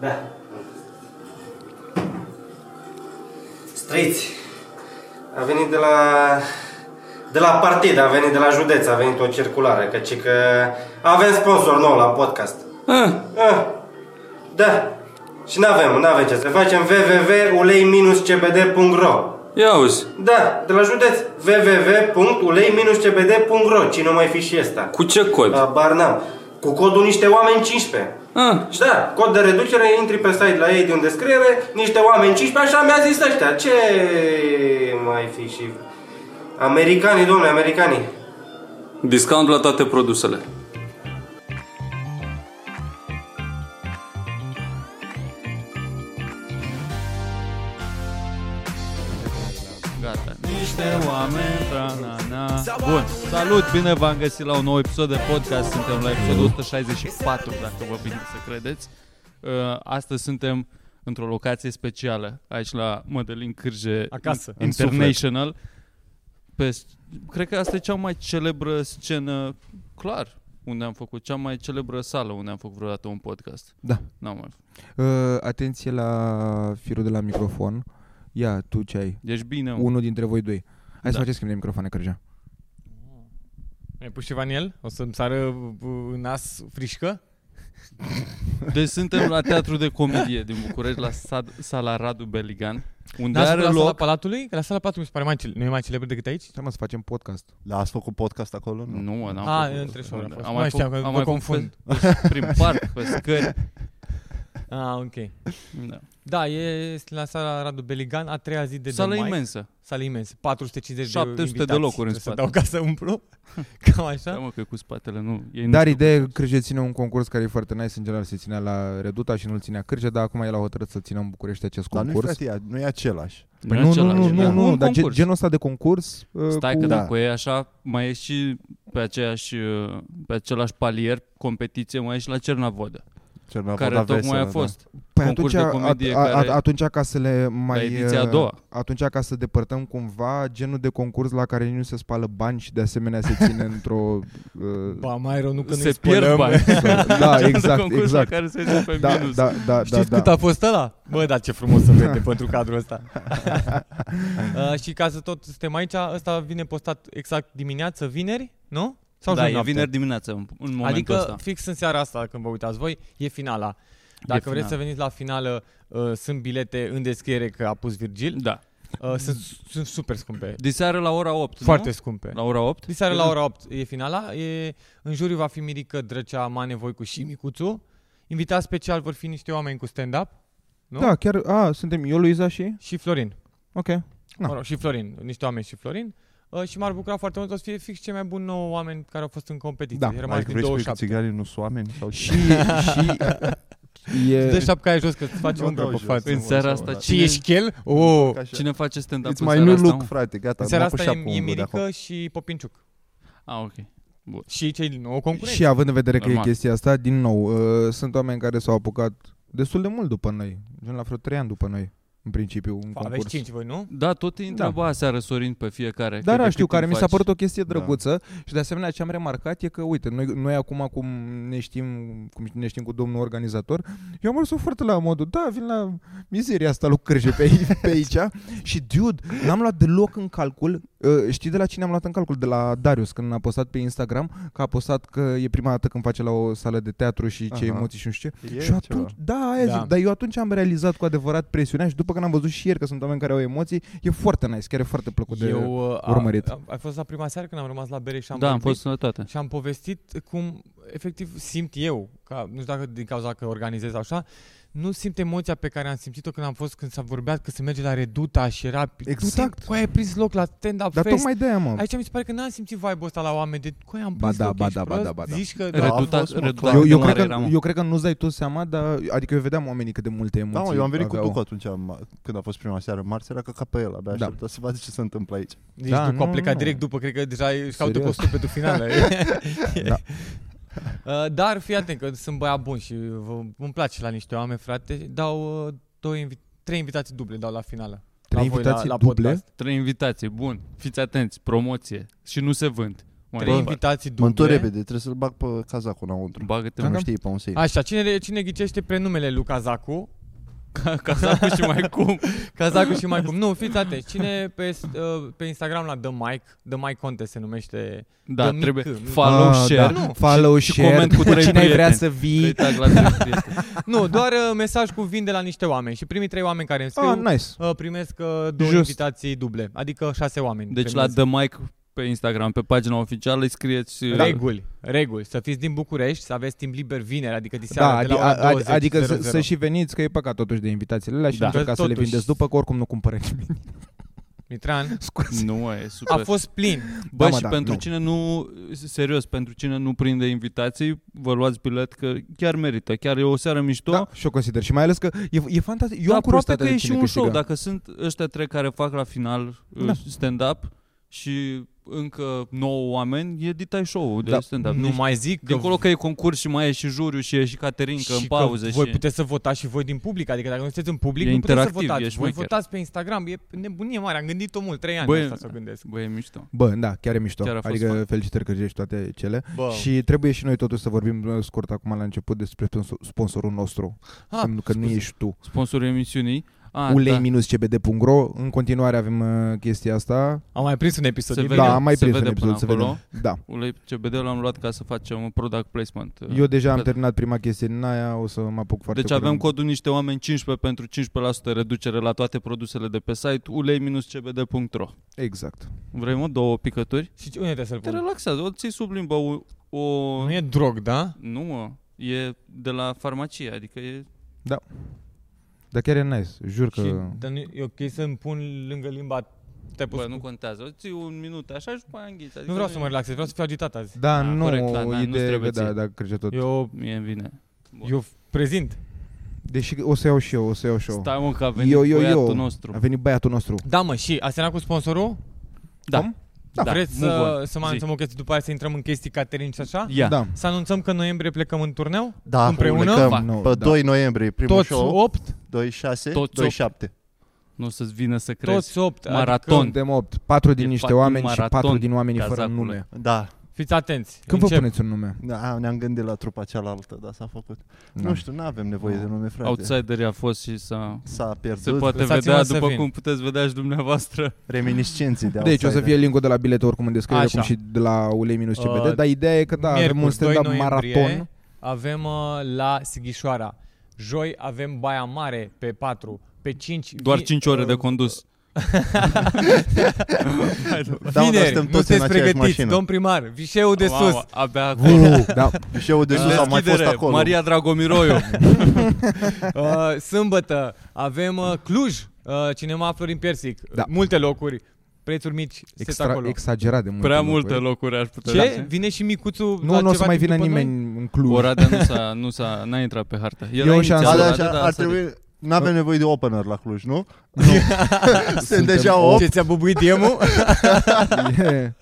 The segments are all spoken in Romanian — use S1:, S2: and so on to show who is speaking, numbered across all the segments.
S1: Da. Străiți. A venit de la... De la partid, a venit de la județ, a venit o circulară, căci că avem sponsor nou la podcast.
S2: Ah,
S1: Ah, da. Și n-avem, n-avem ce să facem www.ulei-cbd.ro
S2: ia uzi,
S1: Da, de la județ www.ulei-cbd.ro Cine o mai fi și ăsta?
S2: cu ce cod?
S1: La Barnam. Cu codul niște oameni 15.
S2: Ah,
S1: Și da, cod de reducere, intri pe site la ei din descriere, niște oameni 15, așa mi-a zis ăștia. Ce mai fi și... Americanii, domnule, americanii.
S2: discount la toate produsele.
S3: Gata. Niște oameni, tra-na-na. Bun, salut, bine v-am găsit la un nou episod de podcast. Suntem la episodul 164, dacă vă vine să credeți. Uh, Astăzi suntem într-o locație specială, aici la Mădălin Cârje
S4: Acasă,
S3: In-
S4: în suflet.
S3: International. Pe, sc- cred că asta e cea mai celebră scenă, clar, unde am făcut, cea mai celebră sală unde am făcut vreodată un podcast.
S5: Da.
S3: N-am mai făcut.
S5: Uh, atenție la firul de la microfon. Ia, tu ce ai?
S3: Deci bine, mă.
S5: Unul dintre voi doi. Hai să
S3: Da.
S5: facem schimb de microfoane, Cărgea.
S4: Mi-ai pus ceva în el? O să-mi sară b- nas frișcă?
S3: Deci suntem la Teatru de Comedie din București, la sad, sala Radu Beligan, unde
S4: Nas
S3: are
S4: la sala
S3: loc...
S4: Palatului? Că La sala Palatului mi se pare mai, cel- nu e mai celebră decât aici?
S5: Stai mă să facem podcast.
S6: Dar ați făcut podcast acolo? Nu.
S3: Nu, mă, n-am
S4: A,
S3: făcut.
S4: Ah, între șoare a fost.
S3: Am
S4: Nu
S3: mai
S4: știam,
S3: făcut,
S4: că
S3: am
S4: mă
S3: mai
S4: confund.
S3: Făcut pe, prin parc, pe scări.
S4: Ah, ok.
S3: Da.
S4: Da, e este la sala Radu Beligan, a treia zi de Da.
S3: Sala
S4: de mai.
S3: imensă.
S4: Sala imensă, 450
S3: 700 de
S4: de invitați.
S3: locuri în
S4: Trebuie
S3: spate.
S4: Să dau ca să umplu. Cam
S3: Da,
S4: așa.
S3: mă, că e cu spatele, nu. Ei nu
S5: Dar
S3: știu.
S5: ideea, Cârge ține un concurs care e foarte nice, în general se ținea la Reduta și nu-l ținea Cârge, dar acum el a hotărât să țină în București acest
S6: Dar nu,
S5: concurs.
S6: frate, nu e același.
S3: Nu e
S5: Păi nu, nu,
S3: același,
S5: nu,
S3: da.
S5: nu, nu,
S3: Un
S5: dar ge-
S3: concurs.
S5: genul ăsta de concurs uh,
S3: Stai
S5: cu...
S3: că
S6: Da.
S3: dacă e așa, mai e și pe aceeași, uh, pe același palier, competiție, mai e și la Cernavodă,
S6: Cel mai
S3: care
S6: abordat
S3: tocmai
S6: veselă,
S3: a fost.
S5: Păi
S3: concurs
S5: atunci,
S3: de comedie
S5: a, a,
S3: care-
S5: a, atunci ca să le mai...
S3: ediția a
S5: uh,
S3: doua.
S5: Atunci ca să depărtăm cumva genul de concurs la care nu se spală bani și de asemenea se ține într-o... Uh,
S4: Ba, mai rău nu că
S3: se
S4: nu-i
S3: pierd
S4: spălăm.
S3: bani.
S5: da, exact,
S3: concurs
S5: exact.
S3: la care se duce pe
S5: Da,
S3: minus.
S5: da, da, da,
S4: Știți
S5: da.
S4: cât a fost ăla? Bă, dar ce frumos să vede pentru cadrul ăsta. uh, și ca să tot suntem aici, ăsta vine postat exact dimineață, vineri, nu? Sau
S3: da,
S4: joi
S3: e
S4: noapte?
S3: vineri dimineață, în, în momentul
S4: Adică
S3: ăsta.
S4: fix în seara asta, când vă uitați voi, e finala. Dacă
S3: E
S4: vreți
S3: finala.
S4: să veniți la finală, uh, sunt bilete în descriere că a pus Virgil.
S3: Da.
S4: Uh, sunt, sunt super scumpe.
S3: Diseară la ora 8,
S4: Foarte
S3: nu?
S4: scumpe.
S3: La ora 8?
S4: Diseară la ora 8 e finala. E, în juriu va fi Mirica Drăcea, Mane Voicu și Micuțu. Invitați special vor fi niște oameni cu stand-up nu?
S5: Da, chiar, a, suntem eu, Luiza și...
S4: și Florin.
S5: Ok.
S4: Da.
S5: Da.
S4: Mă rog, și Florin, niște oameni și Florin. Uh, și m-ar bucura foarte mult, o să fie fix cei mai buni 9 oameni care au fost în competiție.
S5: Da,
S4: E rămas
S6: Adică
S4: din
S6: vrei să spui că
S4: 27.
S6: țiganii nu sunt oameni? Sau ce?
S5: Și, și e,
S4: Dă șapca aia jos că îți face
S6: Nu
S4: umbră
S6: dau
S4: pe
S6: jos.
S4: față.
S3: În seara asta,
S6: Ce
S4: Ce
S3: cine,
S4: ești chel? Oh.
S6: Ca așa.
S3: cine face stand-up
S6: It's
S3: în
S6: my
S3: seara
S6: new
S3: asta?
S6: look,
S3: mă?
S6: frate, gata.
S4: În seara
S6: m-am pus
S4: asta
S6: și
S4: e,
S6: acum
S4: e
S6: unul de acolo.
S4: Mirica și Popinciuc.
S3: Ah, ok.
S4: Și cei din nou concurenți.
S5: și având în vedere că
S3: Normal.
S5: e chestia asta, din nou, uh, sunt oameni care s-au apucat destul de mult după noi, gen la vreo 3 ani după noi, în principiu, în concurs.
S4: Aveți 5 voi, nu?
S3: Da, tot îi întreba da. seară Sorin pe fiecare. că
S5: Dar da,
S3: de
S5: știu,
S3: cât
S5: care
S3: îl
S5: mi s-a
S3: faci.
S5: părut o chestie
S6: Da.
S5: drăguță și de asemenea ce am remarcat e că, uite, noi, noi acum cum ne știm, cum ne știm cu domnul organizator, eu am mers foarte la modul, da, vin la mizeria asta lui Cârje pe, aici- pe aici și, dude, n-am luat deloc în calcul, uh, știi de la cine am luat în calcul? De la Darius, când a postat pe Instagram, că a postat că e prima dată când face la o sală de teatru și ce
S6: Aha.
S5: emoții și nu știu ce.
S6: E
S5: și
S6: ceva.
S5: atunci, da, aia
S4: Da.
S5: zic, dar eu atunci am realizat cu adevărat presiunea și după când am văzut și ieri că sunt oameni care au emoții, e foarte nice, chiar e foarte plăcut de...
S4: Eu uh,
S5: urmărit.
S4: A, a, ai fost la prima seară când am rămas la bere și am
S3: Da, am
S4: vorbit
S3: fost la toate.
S4: Și am povestit cum efectiv simt eu, ca, nu știu dacă din cauza că organizez așa, nu simt emoția pe care am simțit-o când am fost, când s-a vorbit că se merge la Reduta și era...
S5: Exact.
S4: Cu ai prins loc la stand-up
S5: Dar
S4: fest.
S5: tocmai de aia, mă.
S4: Aici mi se pare că n-am simțit vibe-ul ăsta la oameni de cu am
S5: Ba
S4: prins
S5: da,
S4: loc,
S5: ba
S4: ești
S5: da, ba
S4: prost?
S5: da, ba da.
S4: Zici că...
S6: Redu-
S3: Reduta,
S6: fost, mă,
S3: reduta
S6: clar.
S5: eu,
S3: de
S5: eu,
S3: mare
S5: cred că,
S3: era, mă.
S5: eu cred că nu-ți dai tu seama, dar adică eu vedeam oamenii cât de multe
S6: Da,
S5: emoții
S6: mă, eu am venit cu
S5: aveau.
S6: Ducu atunci, am, când a fost prima seară, marți, era ca ca pe el, abia
S5: Da.
S6: aștepta să vadă ce se întâmplă aici.
S4: Deci
S5: Da,
S4: da, Ducu a
S5: nu,
S4: plecat
S5: nu.
S4: direct după, cred că deja își caută
S5: Serios.
S4: costum pentru finală. da. Dar fii atent că sunt băiat bun și vă, îmi place la niște oameni, frate. Dau uh, două invi- trei invitații duble dau la finală.
S5: Trei
S4: la voi,
S5: invitații
S4: la, la
S5: duble?
S4: Podcast.
S3: Trei invitații, bun. Fiți atenți, promoție. Și nu se vând.
S2: Mă,
S4: Trei
S2: bă,
S4: invitații
S6: Mă întorc
S4: duble.
S6: repede, trebuie să-l bag pe cazacul înăuntru.
S3: Bagă-te
S6: Că
S3: în
S6: nu știi pe un safe.
S4: Așa, cine, cine ghicește prenumele lui Cazacu?
S3: ca, ca sacul și mai cum.
S4: Cazacu și mai cum. Nu, fiți atenți. Cine pe, s- uh, pe Instagram la The Mike, The Mike Contest se numește.
S3: Da,
S4: Dă mic,
S3: trebuie
S4: mic.
S3: follow,
S5: Ah,
S3: share.
S5: da. Follow,
S3: și
S5: share.
S3: coment cu trei
S5: Cine ai vrea
S3: prieteni.
S5: să
S3: Trei
S5: vii?
S3: tag la trei prieteni.
S4: Nu, doar uh, mesaj cu vin de la niște oameni și primii trei oameni care îmi scriu
S5: Ah, nice.
S4: uh, primesc uh, două
S5: Just.
S4: invitații duble, adică șase oameni.
S3: Deci la
S4: primesc.
S3: The Mike pe Instagram, pe pagina oficială, îi scrieți... uh,
S4: Reguli, reguli. Să fiți din București, să aveți timp liber vineri, adică diseară
S5: Da,
S4: de la
S5: adi-
S4: ora
S5: a-
S4: 20,
S5: a- adică să,
S4: 00.
S5: să și veniți, că e păcat totuși de invitațiile alea și
S4: Da.
S5: da. încercați
S4: Că
S5: să le
S4: totuși-
S5: vindeți după, că oricum nu cumpără nimeni.
S4: Mitran,
S5: Scuze.
S3: Nu, mă, e super.
S4: a fost plin.
S3: Bă,
S5: Da,
S3: da,
S5: mă,
S3: și
S5: da,
S3: pentru
S5: nu.
S3: cine nu, serios, pentru cine nu prinde invitații, vă luați bilet că chiar merită, chiar e o seară mișto.
S5: Da, și o consider. Și mai ales că e, e fantastic. Eu
S3: Dar
S5: am
S3: aproape
S5: curiozitatea
S3: că e
S5: de
S3: și
S5: cine
S3: un
S5: câștigă.
S3: show. Dacă sunt ăștia trei care fac la final da.
S5: Da.
S3: stand-up și încă 9 oameni, e ditai show de da.
S5: Da.
S3: stand-up.
S4: Nu
S3: Nici-
S4: mai zic că
S3: Dincolo că e concurs și mai e și juriu și e și Caterinca în
S4: și
S3: pauză.
S4: că voi
S3: și...
S4: puteți să votați și voi din public, adică dacă nu sunteți în public,
S3: E
S4: nu puteți să
S3: interactiv, e
S4: votați. Voi
S3: șmecher.
S4: votați pe Instagram, e nebunie mare, am gândit-o mult, trei ani
S3: Băi,
S4: Băi, asta să o gândesc.
S3: Bă, e mișto.
S5: Bă, da, chiar e mișto.
S3: Chiar a fost
S5: adică
S3: fun.
S5: felicitări că și toate cele.
S4: Bă.
S5: Și trebuie și noi totuși să vorbim uh, scurt acum la început despre sponsor- sponsorul nostru.
S4: Ah,
S5: Ah, că, că nu
S3: scuze.
S5: ești tu.
S3: Sponsorul emisiunii. A, da.
S5: ulei-cbd.ro În continuare avem uh, chestia asta.
S4: Am mai prins un episod
S3: Se
S4: din
S3: vede.
S5: da, am mai
S3: se
S5: prins un
S3: vede
S5: episod,
S3: până
S5: să
S3: acolo.
S5: vedem. Da.
S3: Ulei CBD l-am luat ca să facem un product placement. uh,
S5: Eu deja am
S3: Că-
S5: terminat prima chestie din aia, o să mă apuc foarte
S3: Deci avem
S5: curând.
S3: codul niște oameni 15 pentru 15% reducere la toate produsele de pe site ulei-cbd.ro
S5: Exact.
S3: Vrei mă două picături?
S4: Și unde trebuie să-l
S3: Te
S4: pun?
S3: relaxează, o ții sub limbă o... o...
S4: Nu e drog, da?
S3: Nu mă, e de la farmacie, adică e...
S5: Dar chiar e nice, jur că...
S4: Și, dar nu, e ok să-mi pun lângă limba... Te-ai pus...
S3: Bă, nu contează, o ții un minut așa și după aia înghiți. Adică
S4: nu vreau să mă relaxez, vreau să fiu agitat azi.
S5: Da,
S3: Da,
S5: nu,
S3: corect, da, da, nu-ți
S5: idee
S3: trebuie
S5: că da,
S3: ție.
S5: da, cred că tot.
S4: Eu,
S3: Mie îmi vine. Bun.
S4: eu prezint.
S5: Deși o să iau și eu, o să iau și eu.
S3: Stai mă că a venit
S5: eu, eu,
S3: băiatul
S5: eu.
S3: nostru.
S5: A venit băiatul nostru.
S4: Da, mă, și asemenea cu sponsorul?
S3: Da,
S5: Cum?
S3: da.
S4: Vreți
S3: move
S4: să,
S3: on.
S4: să mai
S3: Zi.
S4: anunțăm o chestie după aia să intrăm în chestii catering și așa?
S3: Ia.
S5: Da.
S4: Să anunțăm că în noiembrie plecăm în turneu?
S6: Da,
S4: Împreună?
S6: plecăm
S5: Fac. Nu,
S6: pe
S5: da.
S6: 2 noiembrie, primul
S4: Toți
S6: show,
S4: 8?
S6: 2, 6,
S3: Toți
S6: 2,
S3: opt.
S6: 7.
S3: Nu o să-ți vină să crezi.
S4: Toți 8.
S3: Maraton.
S4: Adică,
S5: Suntem 8. 4 din
S3: E
S5: niște
S3: fucking
S5: oameni și
S3: maraton,
S5: 4 din oamenii fără
S3: cazacule.
S5: nume.
S6: Da,
S4: fiți atenți.
S5: Când vă
S4: Încep.
S5: puneți un nume?
S6: da, ne-am gândit la trupa cealaltă, dar s-a făcut.
S5: Da.
S6: Nu știu, nu avem nevoie de nume, frate.
S3: Outsiderii a fost și s-a...
S6: S-a pierdut
S3: Se poate
S4: lăsați-mă
S3: vedea,
S4: să
S3: după
S4: vin.
S3: cum puteți vedea și dumneavoastră.
S6: reminiscenții de
S5: Deci o să
S6: outsider.
S5: fie linkul de la bilete oricum în descriere,
S4: Așa.
S5: cum și de la ulei-cbd,
S4: Uh,
S5: dar ideea e că da, avem un
S4: Miercuri, 2
S5: stand-up
S4: noiembrie,
S5: maraton.
S4: Avem uh, la Sighișoara. Joi avem Baia Mare pe 4. Pe 5.
S3: Doar 5 ore de condus.
S6: Da, mă, dar
S4: Vineri,
S6: suntem
S4: nu
S6: toți în
S4: sunteți
S6: aceeași
S4: pregătiți,
S6: mașină.
S4: domn primar, vișeul de sus.
S3: Mamă, abia
S5: Uh, da,
S6: Și eu de sus am mai fost
S3: Deschidere,
S6: acolo.
S3: Maria Dragomiroiu.
S4: Uh, sâmbătă avem uh, Cluj, uh, cinema Florin Persic.
S5: Da.
S4: Multe locuri, prețuri mici, Extra,
S5: extra,
S4: acolo.
S5: exagerat de multe
S3: Prea
S5: locuri.
S3: multe locuri aș putea
S4: Ce?
S3: zice.
S4: Vine și micuțul la
S5: Nu, nu o să
S4: ceva
S5: mai
S4: timp
S5: vină
S4: după noi?
S5: nimeni în Cluj.
S3: Oradea nu s-a, nu s-a, n-a intrat pe hartă. Era
S5: o
S3: inițial
S5: șansă.
S6: Da, da,
S3: Oradea,
S6: așa,
S3: dar
S6: ar
S3: s-a
S6: trebui... Nu avem nevoie de opener la Cluj, nu? Sunt
S5: Suntem
S6: deja
S5: opt.
S6: 8.
S4: Ce ți-a bubuit diemul?
S5: E,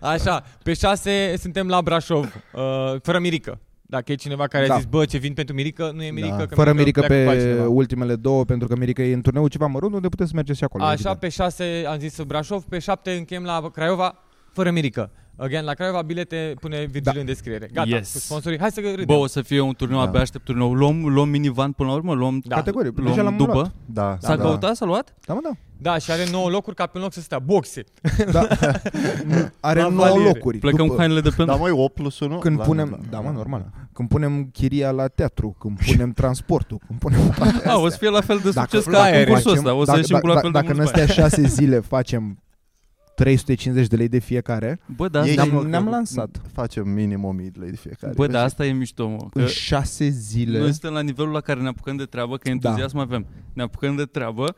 S4: Așa, pe 6 suntem la Brașov, uh, fără mirică. Dacă e cineva care da. a
S5: Da.
S4: zis, bă, ce vin pentru mirică, nu e mirică.
S6: Da.
S4: Că
S5: Fără
S4: mirică
S5: Mirica
S4: pleacă cu
S5: pe
S4: altcineva.
S5: ultimele două, pentru că Mirica e în turneu ceva mărunt, unde puteți să mergeți și acolo.
S4: Așa, pe 6 am zis Brașov, pe 7 închem la Craiova, fără mirică. Again, la Craiova, bilete pune Virgil da.
S5: Da.
S4: în descriere. Gata,
S3: Yes.
S4: cu sponsorii. Hai să râdem.
S3: Bă, o să fie un turneu,
S5: Da.
S3: abia aștept turneu. Luăm, luăm minivan până la urmă? Luăm,
S4: Da.
S5: Categorie,
S3: luăm
S5: deja l-am
S3: după?
S5: luat.
S6: Da,
S3: S-a
S6: da.
S3: căutat, s-a luat?
S5: Da, mă, da.
S4: Da, și are 9 locuri ca pe un loc să stea. Boxe.
S5: Are
S4: La
S5: 9
S4: valiere.
S5: locuri.
S3: Plecăm cu
S5: după,
S3: hainele de pe
S6: Da, măi, 8 plus 1?
S5: când punem, da, mă, normal. Când punem chiria la teatru, când punem transportul, când punem toate
S3: A, o să
S5: astea.
S3: fie la fel de succes
S5: dacă
S3: ca concursul
S5: facem-
S3: ăsta. O să
S5: dacă-
S3: ieșim cu la
S5: dacă-
S3: fel de
S5: Dacă în
S3: mulți bani.
S5: astea 6 zile facem 350 de lei de fiecare,
S3: Bă, da,
S6: Ei,
S3: asta,
S5: ne-am,
S6: știi, mă, că
S5: ne-am lansat.
S6: Facem minim 1000 de lei de fiecare. Deci,
S3: bă, da, asta e mișto, mă. Că
S5: În 6 zile.
S3: noi suntem la nivelul la care ne apucăm de treabă,
S5: Da.
S3: că entuziasm avem. Ne apucăm de treabă,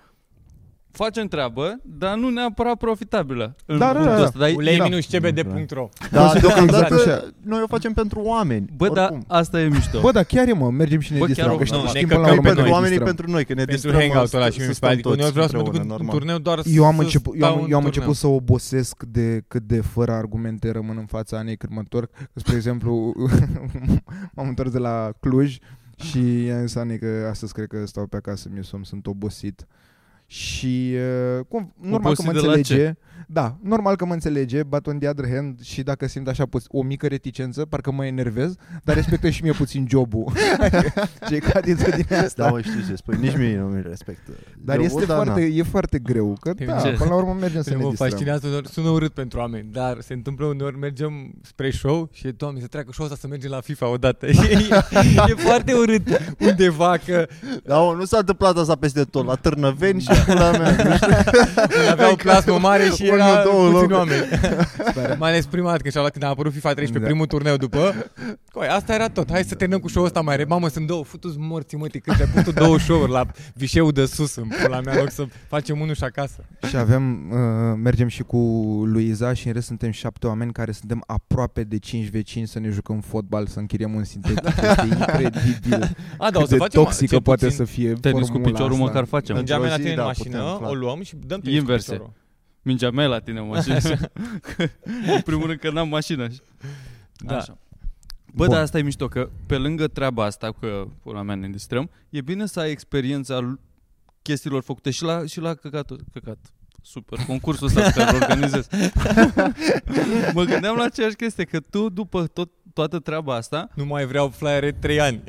S3: facem treabă, dar nu neapărat profitabilă. În
S5: Da, da,
S3: punctul
S5: da, da.
S3: ăsta. Dar e-
S4: Ulei-cbd.ro
S6: Da,
S5: Consider
S6: deocamdată
S5: exact așa.
S6: noi o facem pentru oameni.
S3: Bă, da,
S6: oricum.
S3: asta e mișto.
S5: Bă, da, chiar e, mă, mergem și ne
S3: Bă,
S5: distrăm,
S3: chiar
S5: că
S3: o-
S5: știm,
S3: nu,
S5: știm
S4: ne
S5: până la
S4: căcăm
S5: urmă ne
S6: Noi pentru
S5: distrăm.
S6: oamenii, pentru noi, că ne
S4: Pentru
S6: distrăm.
S4: hangout-ul ăla și
S6: să
S4: mi se
S6: stăm
S4: pare, adică uneori
S6: toți
S4: vreau să mă duc
S6: împreună,
S4: în
S6: normal.
S4: turneu doar
S5: Eu am,
S4: să
S5: început, eu
S4: stau
S5: am,
S4: în
S5: eu am
S4: turneu.
S5: început să obosesc de cât de fără argumente rămân în fața Anei când mă întorc. Spre exemplu, m-am întors de la Cluj și i-am zis Anei că astăzi cred că stau pe acasă, mi-e somn, sunt obosit. Și uh, cum, normal că
S3: Obosit
S5: mă
S3: de la ce?
S5: înțelege. Da, normal că mă înțelege, but on the other hand, și dacă simt așa pus, o mică reticență, parcă mă enervez, dar respectă și mie puțin jobul. Ce ca din
S6: Da,
S5: asta.
S6: mă, știu ce spui, nici mie nu mi respectă.
S5: dar
S6: Eu,
S5: este
S6: da, na.
S5: foarte, e foarte greu, că da,
S3: ce?
S5: până la urmă mergem să
S4: Să
S5: ne
S4: mă
S5: distrăm.
S4: fascinează, uneori- sună urât pentru oameni, dar se întâmplă uneori, mergem spre show și, doamne, se treacă show ăsta să mergem la FIFA odată. e, e foarte urât undeva că
S6: Da, mă, nu s-a întâmplat asta peste tot, la Târnăveni și
S3: Da.
S6: pula mea. nu știu.
S4: avea o plasmă mare și
S6: Unul,
S4: era
S6: două
S4: puțini
S6: locuri.
S4: oameni. Mai ales prima dată când, și-a luat- când a apărut FIFA 13,
S5: Da.
S4: primul turneu după. Coi, asta era tot. Hai să terminăm cu show-ul ăsta mai repede. Mamă, sunt două, futu-ți morții, mă, cât de putut două show-uri la vișeul de sus în pula mea, în loc să facem unul și acasă.
S5: Și avem, uh, mergem și cu Luiza și în rest suntem șapte oameni care suntem aproape de 5 vecini să ne jucăm fotbal, să închiriem un sintetic. este incredibil
S4: A, da, o
S5: cât
S4: să
S5: de
S4: facem
S5: toxică
S4: cel
S5: poate
S4: puțin
S5: să fie
S3: Tenis cu
S5: formula
S3: piciorul
S5: asta.
S3: măcar facem.
S6: În-
S4: Mergeam la
S6: Într-o zi,
S4: tine în
S6: da,
S4: mașină,
S6: putem, clar.
S4: o luăm și dăm tenis
S3: Inverse.
S4: Cu piciorul.
S3: Mingea mea la tine în mașină. în primul rând că n-am mașină.
S4: Da.
S3: Așa. Bă,
S5: Bun.
S3: dar asta e mișto, că pe lângă treaba asta, că pula mea ne distrăm, e bine să ai experiența l- chestiilor făcute și la, și la căcat, căcat. Super, concursul ăsta pe care îl organizez. mă gândeam la aceeași chestie, că tu după tot, toată treaba asta,
S4: Nu mai vreau flyere 3 ani.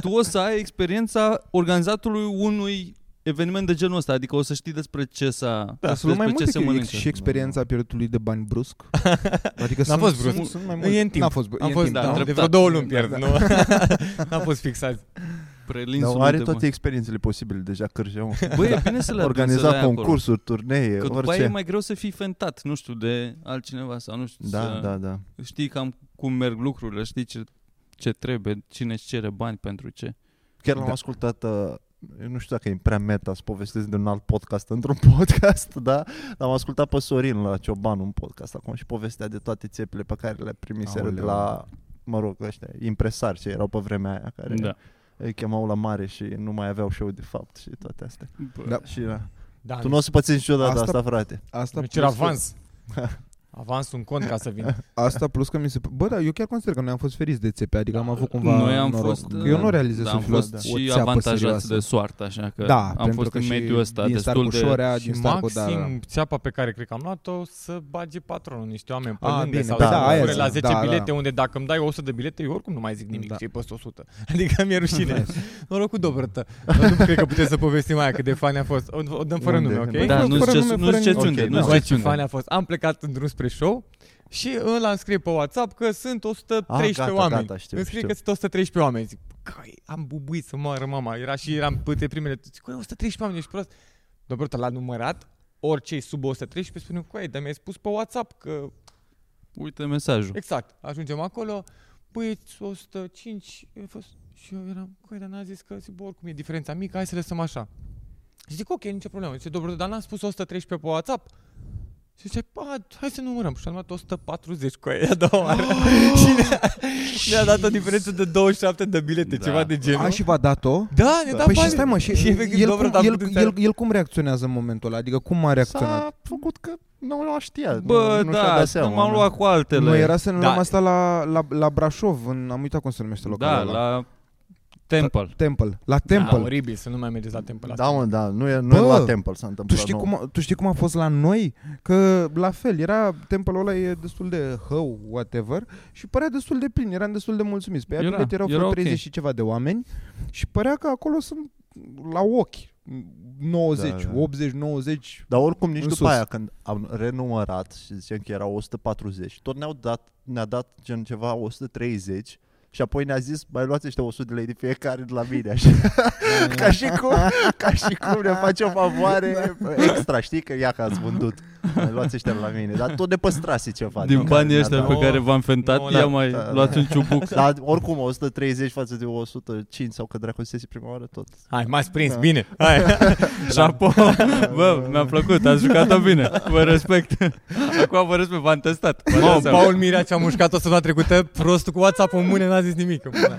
S3: tu o să ai experiența organizatului unui eveniment de genul ăsta, adică o să știi despre ce s-a,
S4: Da,
S5: Dar să luăm Da, mai
S3: despre ce se
S5: multe chestii
S3: mănâncă.
S5: și experiența pierdutului de bani brusc. Adică
S4: N-a
S5: sunt-
S4: fost brusc.
S5: Sunt, sunt mai
S4: E
S5: multe.
S4: în timp.
S5: N-a fost, brusc, e
S4: Am
S5: în
S4: fost,
S5: timp,
S4: da,
S5: da.
S4: de vreo
S3: dreptate.
S4: două luni pierd,
S5: Da,
S4: nu? N-am fost fixat.
S3: Prelinsul
S6: Dar Da, are
S3: de
S6: toate
S3: bani.
S6: experiențele posibile deja Cârja, mă.
S3: Băi, e bine să le să le ai
S6: Organiza
S3: acolo.
S6: concursuri, turnee,
S3: Că după aia e
S6: orice.
S3: mai greu să fii fentat, nu știu, de altcineva sau nu știu,
S6: Da,
S3: să
S6: da, da.
S3: știi cam cum merg lucrurile, știi ce, ce trebuie, cine îți cere bani pentru ce.
S6: Chiar l-am
S5: Da.
S6: ascultat, uh, eu nu știu dacă e prea meta să povestesc de un alt podcast într-un podcast, da? L-am ascultat pe Sorin la Cioban un podcast acum și povestea de toate țepile pe care le primiseră de
S5: Aoleu.
S6: la, mă rog, ăștia, impresari ce erau pe vremea aia, care da. îi chemau la mare și nu mai aveau show de fapt și toate astea.
S5: Da.
S6: Și da.
S4: Da,
S6: Tu nu o să pățești niciodată asta,
S5: Asta-
S6: asta frate.
S5: Asta
S4: mi cer
S5: plus că-
S4: Deci avans. Avans un cont ca să vină.
S5: Asta plus că mi se... Bă, da, eu chiar consider că noi am fost feriți de țepe, adică am avut cumva
S3: Noi am
S5: noroc.
S3: fost,
S5: Că eu nu realizez
S3: da,
S5: să
S3: am
S5: fi
S3: fost
S5: luat o
S3: și
S5: țeapă
S3: avantajați
S5: serioasă.
S3: de soartă, așa că
S5: da,
S3: am
S5: pentru
S3: fost
S5: că
S3: în
S5: și
S3: mediul ăsta
S5: din
S3: destul de...
S5: Starcușorea,
S4: și
S5: din Starcu, da,
S4: maxim
S5: da.
S4: țeapa pe care cred că am luat-o să bage patronul niște oameni pe
S5: A,
S4: lângă
S5: bine,
S4: sau
S5: da,
S4: să
S5: aia
S4: ofere
S5: zic,
S4: la 10
S5: da,
S4: bilete
S5: da.
S4: unde dacă îmi dai 100 de bilete eu oricum nu mai zic nimic,
S5: Da.
S4: da. ți pus 100. Adică mi-e rușine. Noroc cu dobrătă. nu cred că puteți să povestim aia cât de fani a fost. O, o dăm fără
S6: Unde?
S4: nume, ok?
S6: Bă,
S3: Da,
S5: Fără
S3: nu ziceți
S5: nume,
S3: nu
S5: fără
S3: ziceți
S5: nimic.
S3: unde,
S6: Ok,
S3: nu
S6: da.
S4: Bă,
S3: ziceți
S4: ce fan
S3: unde.
S4: a fost. Am plecat în drum spre show și ăla îmi scrie pe WhatsApp că sunt 113
S6: Ah, gata,
S4: oameni.
S6: gata, știu,
S4: îmi scrie
S6: știu.
S4: că sunt 113 oameni. Zic, căi, am bubuit să moară mama. Era și eram pute primele. Zic, "Coi, 113 oameni, ești prost. Dobrotă, l-a numărat, orice e sub 113, spune, coi, dar mi-ai spus pe WhatsApp că...
S3: Uite mesajul.
S4: Exact, ajungem acolo, păi, ești 105, eu fost... Și eu eram, coi, dar n-a zis că, zic, bă, oricum e diferența mică, hai să lăsăm așa. Și zic, ok, nicio problemă. Zice, Dobrotă, dar n-am spus 113 pe WhatsApp? Și zice, "Pa, hai să numărăm. Și am luat 140 cu aia a doua oară.
S5: Oh!
S4: și ne-a, ne-a dat o diferență de 27 de bilete,
S3: Da.
S4: ceva de genul.
S5: A, și v-a dat-o?
S4: Da, ne-a dat
S5: păi
S4: bani.
S5: și stai mă, și
S4: efectiv
S5: el,
S4: Dobrot
S5: cum, el,
S4: a făcut în
S5: el,
S4: seara-
S5: el, cum reacționează în momentul ăla? Adică cum a reacționat?
S6: S-a făcut că nu o știa.
S3: Bă,
S6: nu, nu și-a
S3: da,
S6: dat seama,
S3: m-am
S6: nu.
S3: luat cu altele.
S5: Noi era să ne
S4: Da.
S5: luăm asta la, la, la Brașov, în, am uitat cum se numește localul
S3: Da,
S5: ăla.
S3: la Temple.
S5: Temple. La
S4: Da,
S5: Temple.
S4: oribil să nu mai mergeți la Temple. la
S6: Da, mă, da, nu e, nu
S5: Bă,
S6: e la Temple s-a
S5: Tu
S6: întâmplat.
S5: știi,
S6: nu.
S5: cum, a- tu știi cum a fost la noi? Că la fel, era templul ăla e destul de hău, whatever, și părea destul de plin, eram destul de mulțumiți. Pe ea
S3: Era,
S5: bilet erau
S3: era
S5: vreo
S3: ok.
S5: 30 și ceva de oameni și părea că acolo sunt la ochi 90,
S6: Da, da.
S5: 80, 90.
S6: Dar oricum nici
S5: În
S6: după
S5: sus.
S6: aia când am renumărat și ziceam că erau 140, tot ne-au dat, ne-a dat gen ceva 130 și apoi ne-a zis, mai luați ăștia 100 de lei de fiecare de la mine, așa. ca, și cum, ca și cum ne face o favoare extra, știi? Că ia că ați vândut, mai luați ăștia de la mine. Dar tot ne păstrase
S5: Da,
S6: ceva.
S3: Din
S6: care
S3: banii
S6: ne-a
S3: ăștia
S6: dat.
S3: pe care v-am
S4: Nouă
S3: fentat,
S4: la-
S3: ia mai
S6: da, da.
S3: luați un ciubuc.
S6: Dar oricum 130 față de 105 sau că dracu se prima oară tot.
S4: Hai, m-ați
S5: Da.
S4: prins, bine. Hai.
S3: Șapo, bă, mi-a plăcut, ați jucat-o bine, vă respect. Acum vă respect, v-am testat. Vă
S4: Mă,
S3: dați seama.
S4: Paul Mirea ce-a mușcat-o săptămâna trecută, prostul cu WhatsApp în mâine n-a zis nimic. în pula.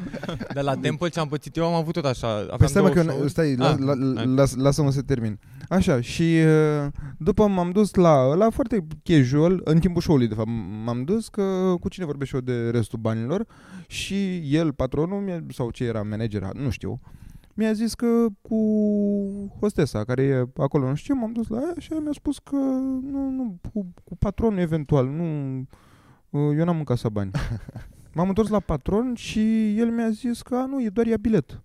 S4: Dar la Temple ce-am pățit eu am avut tot așa. Aveam
S5: Păi stai mă
S4: două
S5: că eu,
S4: show-uri.
S5: stai, la,
S4: Ah,
S5: la,
S3: hai.
S5: las, lasă-mă să termin. Așa, și uh, după m-am dus la, la foarte casual, în timpul show-ului de fapt, m- m-am dus că cu cine vorbesc eu de restul banilor și el, patronul, mi-a- sau ce era, manager, nu știu, mi-a zis că cu hostesa care e acolo, nu știu ce, m-am dus la ea și ea mi-a spus că nu, nu cu, cu patronul eventual, nu, uh, eu n-am în casa bani. M-am întors la patron și el mi-a zis că a, nu, e doar ia bilet.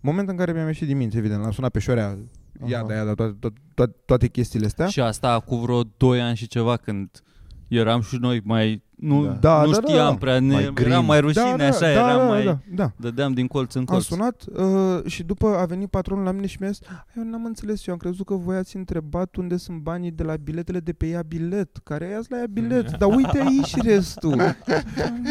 S5: Moment în care mi-am ieșit din minte, evident, l-am sunat pe șoarea, ia
S6: Aha.
S5: da, ia da, toate, toate, toate, toate chestiile astea.
S3: Și asta cu vreo 2 ani și ceva când eram și noi mai nu,
S5: Da.
S3: nu
S5: Da, da,
S3: știam
S5: da, da.
S3: prea, ne,
S6: Mai
S3: mai era
S6: green.
S3: mai rușine
S5: da,
S3: așa,
S5: da,
S3: era
S5: da,
S3: mai
S5: da, da.
S3: dădeam din colț în
S5: Am
S3: colț.
S5: sunat uh, și după a venit patronul la mine și mi-a zis Eu n-am înțeles, eu am crezut că voi ați întrebat unde sunt banii de la biletele de pe ea bilet Care aia la ea bilet, dar uite aici restul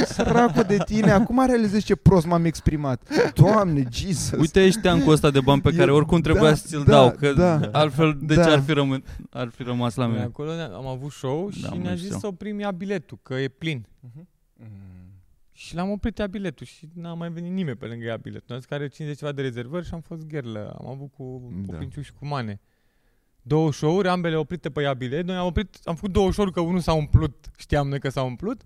S5: Săracul de tine, acum realizezi ce prost m-am exprimat Doamne, Jesus
S3: Uite ești teancul ăsta de bani pe care
S5: Eu-
S3: oricum trebuia
S5: da,
S3: să-ți-l
S5: da,
S3: dau, că
S5: da.
S3: altfel de ce
S5: Da.
S3: ar fi, rămân, ar fi rămas la
S4: Noi
S3: mine?
S4: acolo ne- am avut show și
S3: Da, mă,
S4: ne-a
S3: știu.
S4: zis să oprim ia biletul, că e plin. Și l-am oprit ia biletul și n-a mai venit nimeni pe lângă ia biletul. Noi care 50 ceva de rezervări și am fost gherlă. Am avut cu
S6: Da.
S4: da. Pinciu și cu Mane. Două show-uri, ambele oprite pe ia bilet. Noi am oprit, am făcut două show-uri că unul s-a umplut. Știam noi că s-a umplut.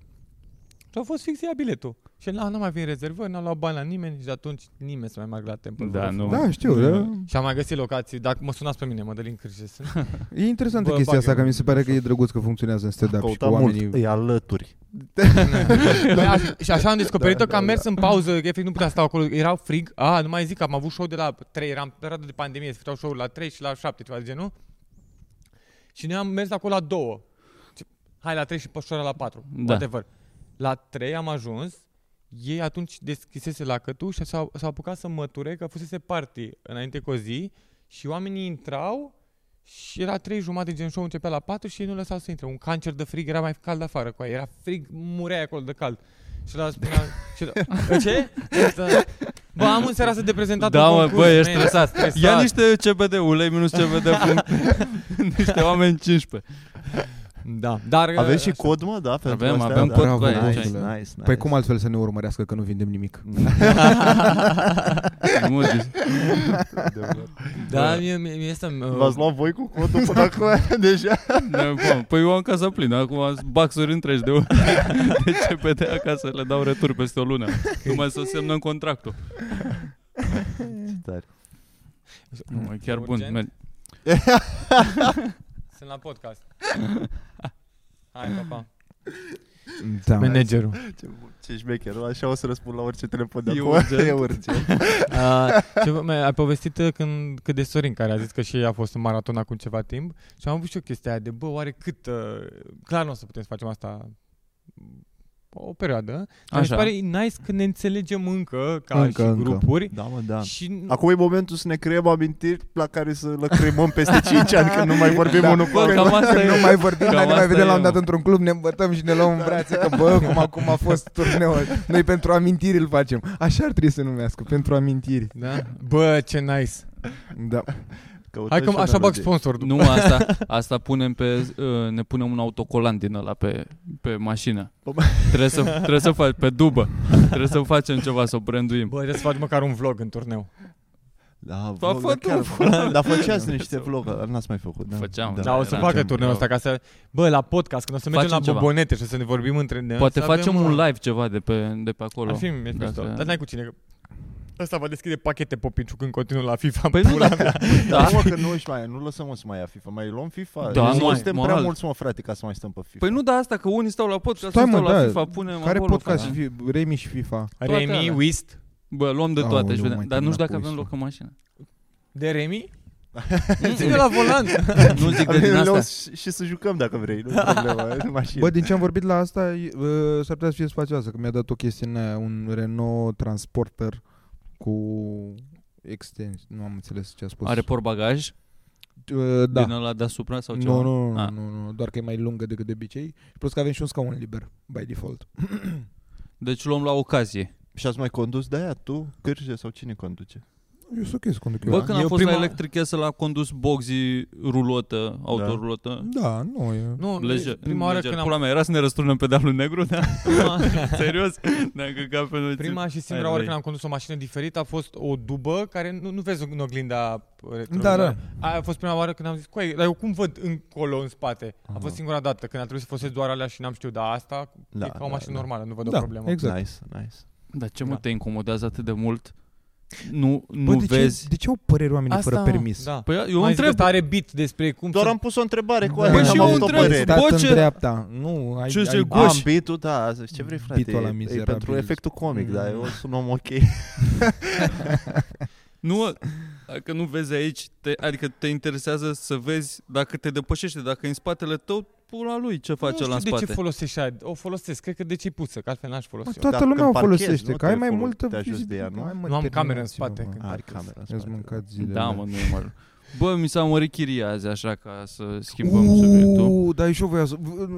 S4: Și a fost fix ia biletul. Și la nu mai vin rezervări, n-au luat bani la nimeni și de atunci nimeni să mai meargă la Temple.
S3: Da,
S4: Grove.
S3: nu.
S5: Da, știu, da.
S4: Și am mai găsit locații. Dacă mă sunați pe mine, Mădălin Cârșe, sunt.
S5: e interesantă
S4: Bă,
S5: chestia
S4: bag
S5: asta,
S4: eu.
S5: că mi se pare că e drăguț că funcționează în stand-up Da, și cu
S6: Căuta mult,
S5: oamenii
S6: îi alături.
S4: da. Așa, și așa am descoperit-o că am mers în pauză, că efectiv nu puteam stau acolo, era frig. A, nu mai zic, am avut show de la 3, eram perioadă de pandemie, se făceau show la 3 și la 7, ceva de genul. Și noi am mers acolo la 2. Hai la 3 și pășoara la 4,
S3: Da.
S4: da. whatever. La 3 am ajuns, ei atunci deschisese lacătul și s-au, s-au apucat să măture că fusese party înainte cu o zi și oamenii intrau și era trei jumate gen show începea la 4 și ei nu lăsau să intre. Un cancer de frig era mai cald afară cu aia. Era frig, mureai acolo de cald. Și la spunea... și la, ce? Da. Bă, am un seara să de prezentat
S3: Da,
S4: un
S3: mă,
S4: concurs,
S3: bă, ești
S4: man.
S3: stresat,
S4: stresat.
S3: Ia niște CBD, ulei minus CBD, punct. niște oameni 15.
S4: Da, dar...
S6: Aveți și cod, mă, da? pentru
S3: Avem,
S6: astea,
S3: avem
S6: da.
S3: cod
S5: Bravo,
S3: cu aia,
S5: bravo.
S6: Nice,
S3: aici.
S6: nice,
S5: Păi
S6: nice.
S5: Păi cum altfel să ne urmărească că nu vindem nimic
S3: Nu, deci-
S4: Da, mie, mie, mie este... Uh,
S6: V-ați luat voi cu codul până acum deja?
S3: Da, bă, Păi eu am casa plină, acum baxuri întregi de, de CPD acasă, le dau retur peste o lună. Numai să semnăm contractul.
S6: Tare.
S3: Nu, mă, chiar bun.
S4: Urgent?
S3: merg.
S4: sunt la podcast. Hai, pa, pa.
S5: Da
S4: Managerul.
S6: Ce șmecher, așa o să răspund la orice telefon de
S3: E
S6: acum.
S3: urgent.
S6: E urgent.
S4: Uh, ce, v- mai- ai povestit uh, când, cât de Sorin, care a zis că și ei a fost în maraton acum ceva timp și am avut și o chestia aia de, bă, oare cât, uh, clar nu o să putem să facem asta o perioadă, dar mi
S3: Așa.
S4: se pare nice că ne înțelegem încă ca
S5: Încă,
S4: și
S5: încă.
S4: grupuri
S6: Da, mă, da.
S4: și
S6: Acum e momentul să ne creăm amintiri la care să lăcrimăm peste 5 ani când nu mai vorbim unul cu
S3: Bă,
S6: altul.
S3: cam asta
S5: nu
S3: e.
S5: mai vorbim,
S3: Cam
S5: dar ne Adică mai
S3: asta
S5: vedem la
S3: e,
S5: un dat
S3: mă.
S5: într-un club, ne îmbătăm și ne luăm în brațe că bă, cum acum a fost turneul. Noi pentru amintiri îl facem. Așa ar trebui să numească, pentru amintiri.
S4: da? Bă, ce nice!
S5: Da.
S6: Căutăm
S4: Hai că
S6: și o
S4: așa bag
S6: melodie.
S4: sponsor
S3: Nu, mă, asta, asta punem pe, uh, ne punem un autocolant din ăla pe, pe mașină. Trebuie să, trebuie să faci, pe dubă. Trebuie să facem ceva, să o branduim.
S4: Bă, trebuie să faci măcar un vlog în turneu.
S6: Da,
S3: Fă-
S6: vlog,
S3: fă
S6: da,
S3: tu,
S6: chiar,
S3: fă-
S6: da, Dar făceați niște vlog, n-ați mai făcut, da.
S3: Făceam,
S4: Da, o să
S3: era
S4: facă
S3: ceva.
S4: turneul ăsta ca să... Bă, la podcast, când o să mergem
S3: Facem
S4: la
S3: ceva.
S4: bobonete și o să ne vorbim între noi.
S3: Poate
S4: să
S3: facem
S4: avem,
S3: un
S4: uh,
S3: live ceva de pe, de pe acolo.
S4: Ar fi mi mișto.
S3: Dacă-
S4: Dar n-ai cu cine. că Ăsta va deschide pachete popinciu când continuă la FIFA.
S3: Păi
S4: Păi
S3: nu,
S4: pula
S3: da.
S4: mea.
S6: Da, mă, că nu ești mai, nu lăsăm să mai ia FIFA, mai luăm FIFA.
S3: Da,
S6: Da,
S3: mă,
S6: nu suntem prea
S3: moral.
S6: mulți, mă, frate, ca să mai stăm pe FIFA.
S3: Păi nu, dar asta, că unii stau la podcast,
S5: Stai,
S3: unii stau
S5: mă,
S3: la
S5: da.
S3: FIFA, punem
S5: Care
S3: acolo. da.
S5: podcast?
S3: frate.
S5: Fi- Remy și FIFA.
S3: Toate
S4: Remi,
S3: alea.
S4: Whist.
S3: Bă, luăm de toate,
S5: Aoleu,
S3: și vedem.
S5: mai
S3: Dar nu știu dacă
S5: terminat
S3: avem
S5: cu
S3: loc în mașină.
S4: De Remi?
S3: Mm,
S4: Ține la volan.
S3: Nu zic
S5: Adică
S3: de
S6: Avem
S3: din
S6: loc
S3: asta.
S6: și, și să jucăm dacă vrei, nu problemă, în mașină.
S5: Bă, din ce am vorbit la asta, e, uh, s-ar putea să fie spațioasă, că mi-a dat o chestie în aia, un Renault Transporter cu extens. Nu am înțeles ce a spus.
S3: Are portbagaj
S5: Uh,
S3: da.
S5: da.
S3: din ăla deasupra sau ceva?
S5: Nu, nu,
S3: Ah.
S5: nu, nu, nu, doar că e mai lungă decât de obicei. Și plus că avem și un scaun liber, by default.
S3: Deci luăm la ocazie.
S6: Și ați mai condus de aia tu, Cârje sau cine conduce?
S5: Eu sunt ok să conduc eu.
S3: Bă, când am
S4: Eu
S3: fost la
S4: prima-
S3: Electric Castle a condus boxi rulotă, autorulotă.
S5: Da, nu, e...
S4: Nu,
S3: Lejer.
S4: prima oară
S3: lejer.
S4: când
S3: Pula
S4: am...
S3: mea, era să ne răsturnăm pe dealul negru, da?
S4: Prima,
S3: Serios? Ne-am căcat pe noi.
S4: prima și singura
S3: Hai,
S4: oară
S3: lei.
S4: când am condus o mașină diferită a fost o dubă care nu, nu vezi în oglinda retro.
S5: Da, da.
S4: Aia a fost prima oară când am zis, coi, dar eu cum văd încolo, în spate? A fost singura dată când a trebuit să folosesc doar alea și n-am știut, dar asta
S6: Da,
S4: e ca
S6: da,
S4: o mașină
S6: da.
S4: normală, nu văd o
S5: Da,
S4: problemă.
S5: exact.
S6: Nice, nice.
S3: Dar ce mă
S4: Da.
S3: te incomodează atât de mult nu, nu
S5: Bă, de,
S3: vezi...
S5: ce, de ce au păreri oamenii fără permis?
S4: Da.
S3: Păi eu
S4: Mai
S3: întreb.
S4: întreb. are bit despre cum
S6: Doar
S4: să...
S6: am pus o întrebare cu
S5: Da.
S6: aia,
S3: Păi
S6: n-am
S3: și eu
S6: avut o
S3: întreb,
S6: părere.
S5: Stat
S3: Bă,
S5: în
S3: ce-
S5: dreapta. Nu, ai,
S3: ce
S5: ai,
S3: se
S5: ai,
S3: goși?
S6: Am bitul, da, să ce vrei frate,
S5: Bitul ăla
S6: e, e
S5: mizerabil.
S6: pentru efectul comic, da, eu sunt om ok.
S3: Nu, dacă nu vezi aici, te, adică te interesează să vezi dacă te depășește, dacă e în spatele tău, pula lui ce face
S4: nu
S3: la în
S4: știu de
S3: spate.
S4: ce folosești aia. O folosesc. Cred că de ce-i pusă, că altfel n-aș
S5: Bă,
S4: folosi. eu.
S5: toată
S6: Dacă
S5: lumea o
S6: parchezi,
S5: folosește,
S6: nu
S5: că ai
S6: te
S5: mai
S6: fol-
S5: multă
S6: te ajuți de ea, nu?
S5: Hai, mă,
S4: Nu am cameră în
S5: terminați-vă,
S4: spate
S5: mă.
S4: când
S5: Hai,
S6: Are camera. în
S5: Îți
S6: spate.
S5: mâncați zilele.
S3: da, mă, nu e mă. Bă, mi s-a mărit chiria azi, așa, ca să schimbăm subiectul.
S5: Uuu, dar și eu voiam să...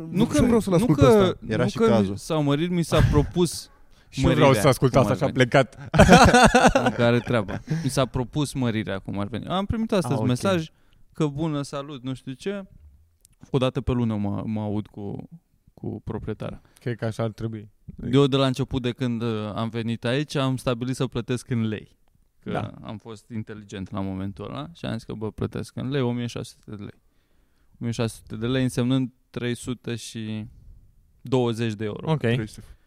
S5: Nu că vreau să-l
S3: nu
S5: ascult
S3: că,
S5: pe ăsta.
S6: Era
S3: nu
S6: și
S3: că
S6: cazul.
S3: s-a mărit, mi s-a propus
S4: Și eu vreau
S3: mărirea,
S4: să ascult
S3: cum
S4: asta
S3: ar
S4: și am
S3: veni.
S4: plecat.
S3: În care treaba. Mi s-a propus mărirea, cum ar veni. Am primit astăzi
S6: Ah, ok.
S3: mesaj că bună, salut, nu știu ce. O dată pe lună mă, mă aud cu, cu proprietara.
S4: Cred că așa ar trebui.
S3: Eu de la început, de când uh, am venit aici, am stabilit să plătesc în lei. Că
S4: Da.
S3: am fost inteligent la momentul ăla și am zis că, bă, plătesc în lei 1600 de lei. 1600 de lei însemnând 320 de euro.
S4: Ok.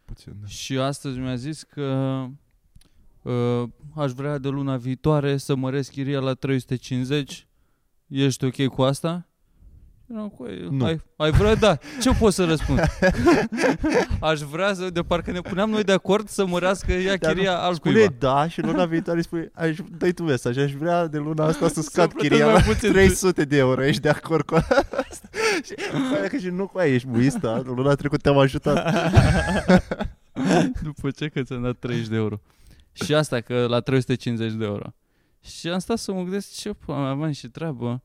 S5: Puțin, da.
S3: Și astăzi mi-a zis că uh, aș vrea de luna viitoare să măresc chiria la 350. Ești ok cu asta? Eram cu ei,
S6: Nu.
S3: Ai, ai vrea? Da. Ce pot să răspund? aș vrea să... De parcă ne puneam noi de acord să mărească ea
S6: Dar nu-
S3: chiria
S6: Spune
S3: altcuiva.
S6: da și luna viitoare spui, aș, dă-i tu mesaj, aș vrea ah, de luna asta să scad
S3: plătesc
S6: chiria
S3: mai
S6: la
S3: puțin.
S6: 300 de euro, ești de acord cu asta? și, după aia că și nu cu aia ești buista, tá? luna trecută te-am ajutat.
S3: După ce că ți-am dat 30 de euro. Și asta că la 350 de euro. Și am stat să mă gândesc ce pula mea aveam și treabă.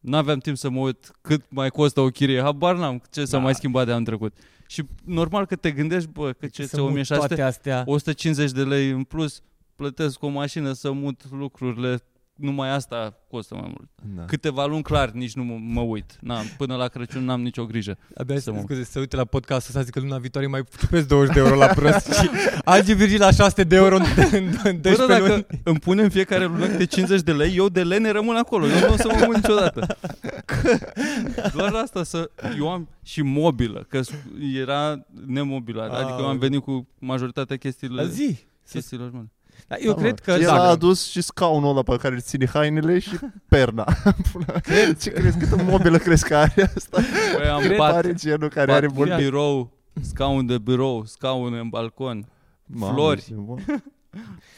S3: N-aveam timp să mă uit cât mai costă o chirie. Habar n-am ce s-a
S4: Da.
S3: mai schimbat de anul trecut. Și normal că te gândești, bă, că ce
S4: Să
S3: ți
S4: mut
S3: 1600,
S4: toate astea.
S3: 150 de lei în plus, plătesc o mașină să mut lucrurile, numai asta costă mai mult.
S6: Da.
S3: Câteva luni clar nici nu mă- mă uit. N-am, până la Crăciun n-am nicio grijă.
S4: Abia
S3: Să
S4: să
S3: mă-
S4: scuze, să uite la podcast să zic că luna viitoare mai pupesc 20 de euro la prost și alge Virgil la 6 de euro în, în,
S3: Bă,
S4: în 12
S3: dar Păi da, dacă
S4: luni.
S3: îmi pune în fiecare lună câte 50 de lei, eu de lene rămân acolo. Eu nu o să mă mut niciodată. Doar asta să... Eu am și mobilă, că s- era nemobilă. Adică eu am venit cu majoritatea chestiilor,
S4: La zi.
S3: chestiilor mele.
S4: Dar eu é cred că...
S6: El
S4: da,
S6: a adus și scaunul ăla pe care îl ține hainele și perna. Până- Ce crezi? Câtă mobilă crezi că are asta?
S3: Păi am
S6: Cred că
S3: pat,
S6: are genul care
S3: pat
S6: are mult birou.
S3: birou, scaun de birou, scaun în balcon,
S6: Mamă,
S3: flori.
S6: ce bun.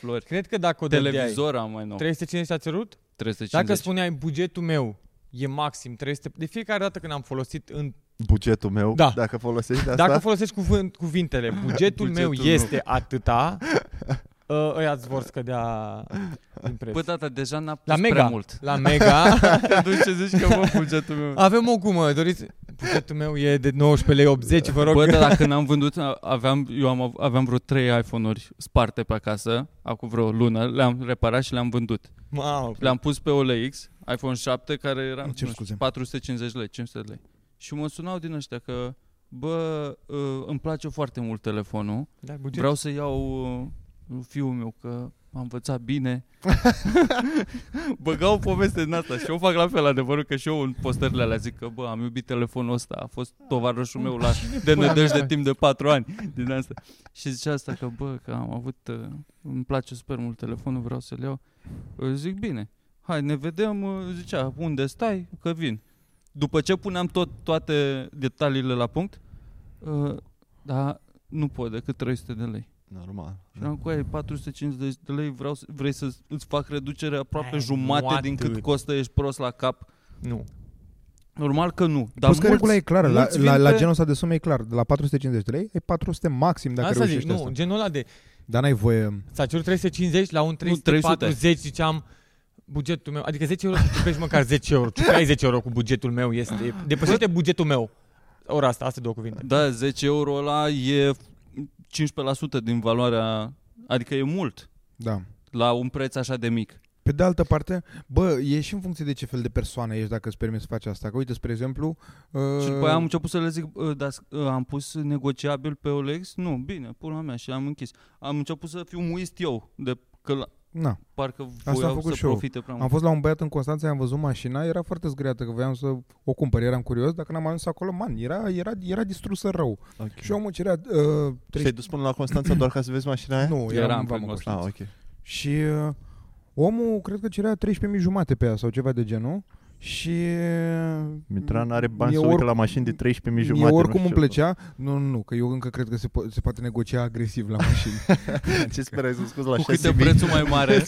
S3: flori.
S4: Cred că dacă o dădeai,
S3: Televizor am mai nou.
S4: 350 a cerut?
S3: 350.
S4: Dacă spuneai bugetul meu e maxim 300, de fiecare dată când am folosit în...
S6: Bugetul meu,
S4: Da.
S6: dacă folosești de asta.
S4: Dacă folosești cuvânt, cuvintele, bugetul,
S3: Bugetul
S4: meu
S3: meu.
S4: este atâta, uh, ăia îți vor scădea din preț.
S3: Bă, Păi, tata, deja n-a pus
S4: la
S3: da, prea
S4: mega,
S3: mult.
S4: la mega,
S3: Te duci și zici că, bă, bugetul meu.
S4: avem o gumă, doriți, bugetul meu e de 19 lei 80, vă rog.
S3: Bă, dar dacă n-am vândut, a- aveam, eu am, av- aveam vreo trei iPhone-uri sparte pe acasă, acum vreo lună, le-am reparat și le-am vândut.
S4: Mamă,
S3: Le-am pus pe OLX, iPhone 7, care era nu
S5: Îmi cer
S3: știu,
S5: scuze.
S3: 450 lei, 500 lei. Și mă sunau din ăștia că, bă, uh, îmi place foarte mult telefonul,
S4: dar buget.
S3: vreau să iau uh, fiul meu că am învățat bine. Băgau poveste din asta și eu fac la fel, adevărul că și eu în postările alea zic că bă, am iubit telefonul ăsta, a fost tovarășul meu la de nădejde timp de patru ani din asta. Și zicea asta că bă, că am avut, uh, îmi place super mult telefonul, vreau să-l iau. Eu Zic bine, hai ne vedem, uh, zicea, unde stai, că vin. După ce puneam tot, toate detaliile la punct, uh, da, nu pot decât 300 de lei.
S6: Normal.
S3: Și am cu aia, 450 de lei, vreau să, vrei să îți fac reducere aproape
S4: Ai, nu
S3: jumate din
S4: atât.
S3: cât costă, ești prost la cap.
S4: Nu.
S3: Normal că nu. Dar
S5: Plus că
S3: mulți,
S5: regula e clară, la,
S3: mulți
S5: la,
S3: vin
S5: la
S3: pe-
S5: genul ăsta de sumă e clar, de la 450 de lei e 400 maxim dacă
S4: asta zic,
S5: reușești
S4: nu,
S5: asta.
S4: genul ăla de
S5: Dar n-ai voie,
S4: S-a cerut 350 la un 340, ziceam, bugetul meu, adică 10 euro să ciupești măcar 10 euro, ciupeai 10 euro cu bugetul meu, este, depășește bugetul meu. Ora asta, astea două cuvinte.
S3: Da, 10 euro ăla e 15% din valoarea, adică e mult
S5: da.
S3: la un preț așa de mic.
S5: Pe de altă parte, bă, e și în funcție de ce fel de persoană ești dacă îți permiți să faci asta. Că uite, spre exemplu... Uh,
S3: Și după aia am început să le zic, "Bă, dar s- ă, am pus negociabil pe Olex? Nu, bine, pula mea și am închis. Am început să fiu muist eu, de că la,
S5: Na,
S3: parcă
S5: am
S3: voiau
S5: făcut
S3: să
S5: și eu.
S3: profite prea
S5: am
S3: mult.
S5: fost la un băiat în Constanța, am văzut mașina, era foarte zgreată că voiam să o cumpăr, eram curios, dacă n-am ajuns acolo, man, era, era, era distrusă rău.
S6: Okay.
S5: Și omul cerea... Uh,
S6: Și te-ai
S5: 30...
S6: dus până la Constanța doar ca să vezi mașina aia?
S5: Nu,
S3: Era
S5: era
S3: în
S5: în vama
S3: Constanța.
S6: né? Ah, ok.
S5: Și uh, omul cred că cerea 13.000 jumate pe ea sau ceva de genul și
S6: Mitran are bani
S5: E
S6: să uite
S5: oricum-
S6: la mașini de 13.000 jumate.
S5: mie
S6: nu
S5: oricum îmi
S6: știu ce.
S5: plăcea, nu, nu, nu, că eu încă cred că se, po- se poate negocia agresiv la mașini.
S6: Ce sperai să scuzi la
S3: Cu
S6: 6.000?
S3: cât e prețul mai mare,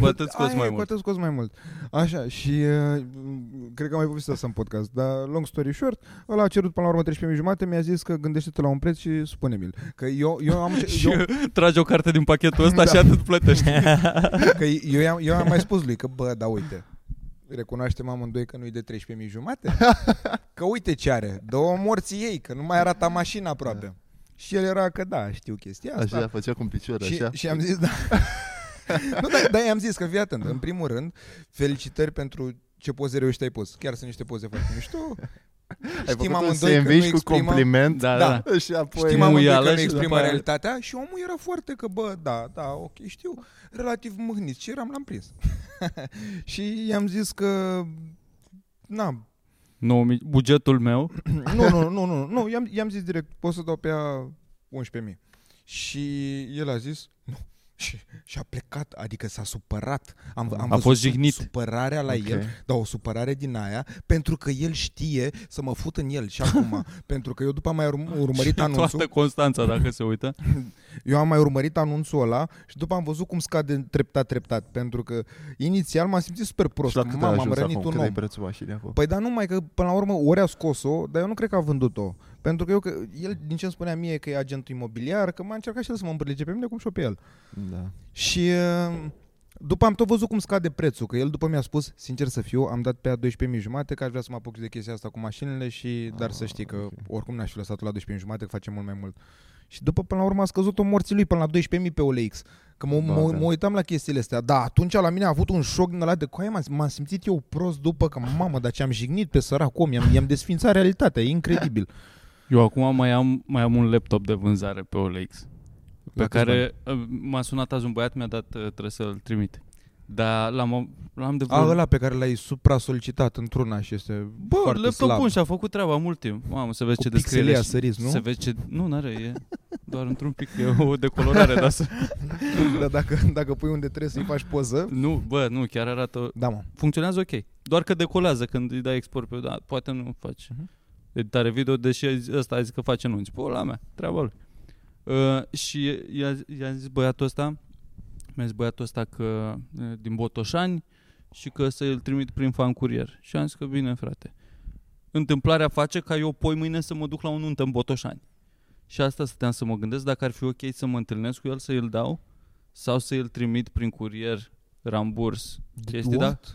S3: cu atât scoți
S5: Aia
S3: mai
S5: e,
S3: mult.
S5: Cu atât scos mai mult. Așa, și uh, m- cred că am mai povestit asta în podcast, dar long story short, ăla a cerut până la urmă 13.000 jumate, mi-a zis că gândește-te la un preț și spune-mi-l. Că eu, eu am...
S3: Și
S5: eu,
S3: trage o carte din pachetul ăsta
S5: Da.
S3: și atât plătești.
S5: Că eu, i-am, eu am mai spus lui că, bă, da, uite, recunoaștem amândoi că nu-i de 13.000 jumate, că uite ce are, două morții ei, că nu mai arata mașina aproape.
S3: Da.
S5: Și el era că da, știu chestia asta.
S6: Așa, făcea cu un picior,
S5: și,
S6: așa.
S5: și am zis, da. nu, dar, dar i-am zis că fii atent. În primul rând, felicitări pentru ce poze reușite ai pus. Chiar sunt niște poze foarte mișto.
S6: Ai
S5: Știm
S6: făcut un
S5: amândoi că nu
S6: sandwich cu Păi,
S5: exprimăm-
S6: compliment.
S3: Da,
S5: Da.
S3: da, da.
S6: Și apoi...
S5: Știm amândoi
S3: muială
S5: că nu
S3: și după
S5: exprimă
S3: aia-
S5: realitatea și omul era foarte că, bă, da, da, ok, știu, relativ mâhnit și eram, l-am prins. și i-am zis că, na,
S3: 9000 bugetul meu.
S5: nu, nu, nu, nu, nu, i-am, i-am zis direct, pot să dau pe ea 11.000. Și el a zis, nu, și, și a plecat, adică s-a supărat. Am, am
S3: A
S5: văzut
S3: fost jignit.
S5: supărarea la
S6: Ok.
S5: okay. el, dar o supărare din aia, pentru că el știe să mă fut în el și acum. pentru că eu după am mai urm- urmărit anunțul.
S3: Toată Constanța, dacă se uită.
S5: Eu am mai urmărit anunțul ăla și după am văzut cum scade treptat, treptat, pentru că inițial m-am simțit super prost.
S6: Și la cât a
S5: Mamă, am
S6: ajuns
S5: rănit
S6: acum?
S5: un
S6: Cât
S5: om.
S6: ai prețul mașinii acum?
S5: Păi dar numai că până la urmă ori a scos-o, dar eu nu cred că a vândut-o. Pentru că eu, că, el din ce îmi spunea mie că e agentul imobiliar, că m-a încercat și el să mă îmbrălege pe mine cum și pe el.
S6: Da.
S5: Și uh, după am tot văzut cum scade prețul, că el după mi-a spus, sincer să fiu, am dat pe ea 12.000 jumate, că aș vrea să mă apuc de chestia asta cu mașinile și, dar să știi că oricum n-aș fi lăsat la 12.000 jumate, că face mult mai mult. Și după, până la urmă, a scăzut-o morții lui până la 12.000 pe OLX. Că mă,
S6: Ba,
S5: mă,
S6: da.
S5: mă uitam la chestiile astea. Da, atunci la mine a avut un șoc din ăla de coaie, m-am, m-am simțit eu prost după că, mamă, dar ce-am jignit pe sărac om, i-am, i-am desfințat realitatea, e incredibil.
S3: Eu acum mai am, mai am un laptop de vânzare pe OLX. Pe
S5: La câți
S3: care uh, m-a sunat azi un băiat, mi-a dat, uh, trebuie să-l trimit. Dar l-am, l-am de
S5: A,
S3: vreo-
S5: Ah, ăla pe care l-ai supra-solicitat într-una și este
S3: Bă,
S5: foarte
S3: laptop
S5: slab.
S3: bun și a făcut treaba mult timp. Mamă, să vezi
S5: Cu
S3: ce descriere.
S5: pixelia
S3: și-
S5: săriți, nu?
S3: Se vezi ce... Nu, n-are, e doar într-un pic, e o decolorare de asta.
S5: Dar dacă, dacă pui unde trebuie să-i faci poză
S3: Nu, bă, nu, chiar arată...
S5: Da, mă.
S3: Funcționează ok. Doar că decolează când îi dai export pe... Da, poate nu faci. Editare video, deși a zis- ăsta a zis că face nunți. Pă, la mea, treaba lui. Uh, și i-a, i-a zis băiatul ăsta, mi-a zis băiatul ăsta că e din Botoșani și că să îl trimit prin fan curier. Și am zis că bine, frate. Întâmplarea face ca eu poi mâine să mă duc la o nuntă în Botoșani. Și asta stăteam să mă gândesc dacă ar fi ok să mă întâlnesc cu el, să îl dau sau să îl trimit prin curier ramburs. Chestii, da?
S5: What? Deci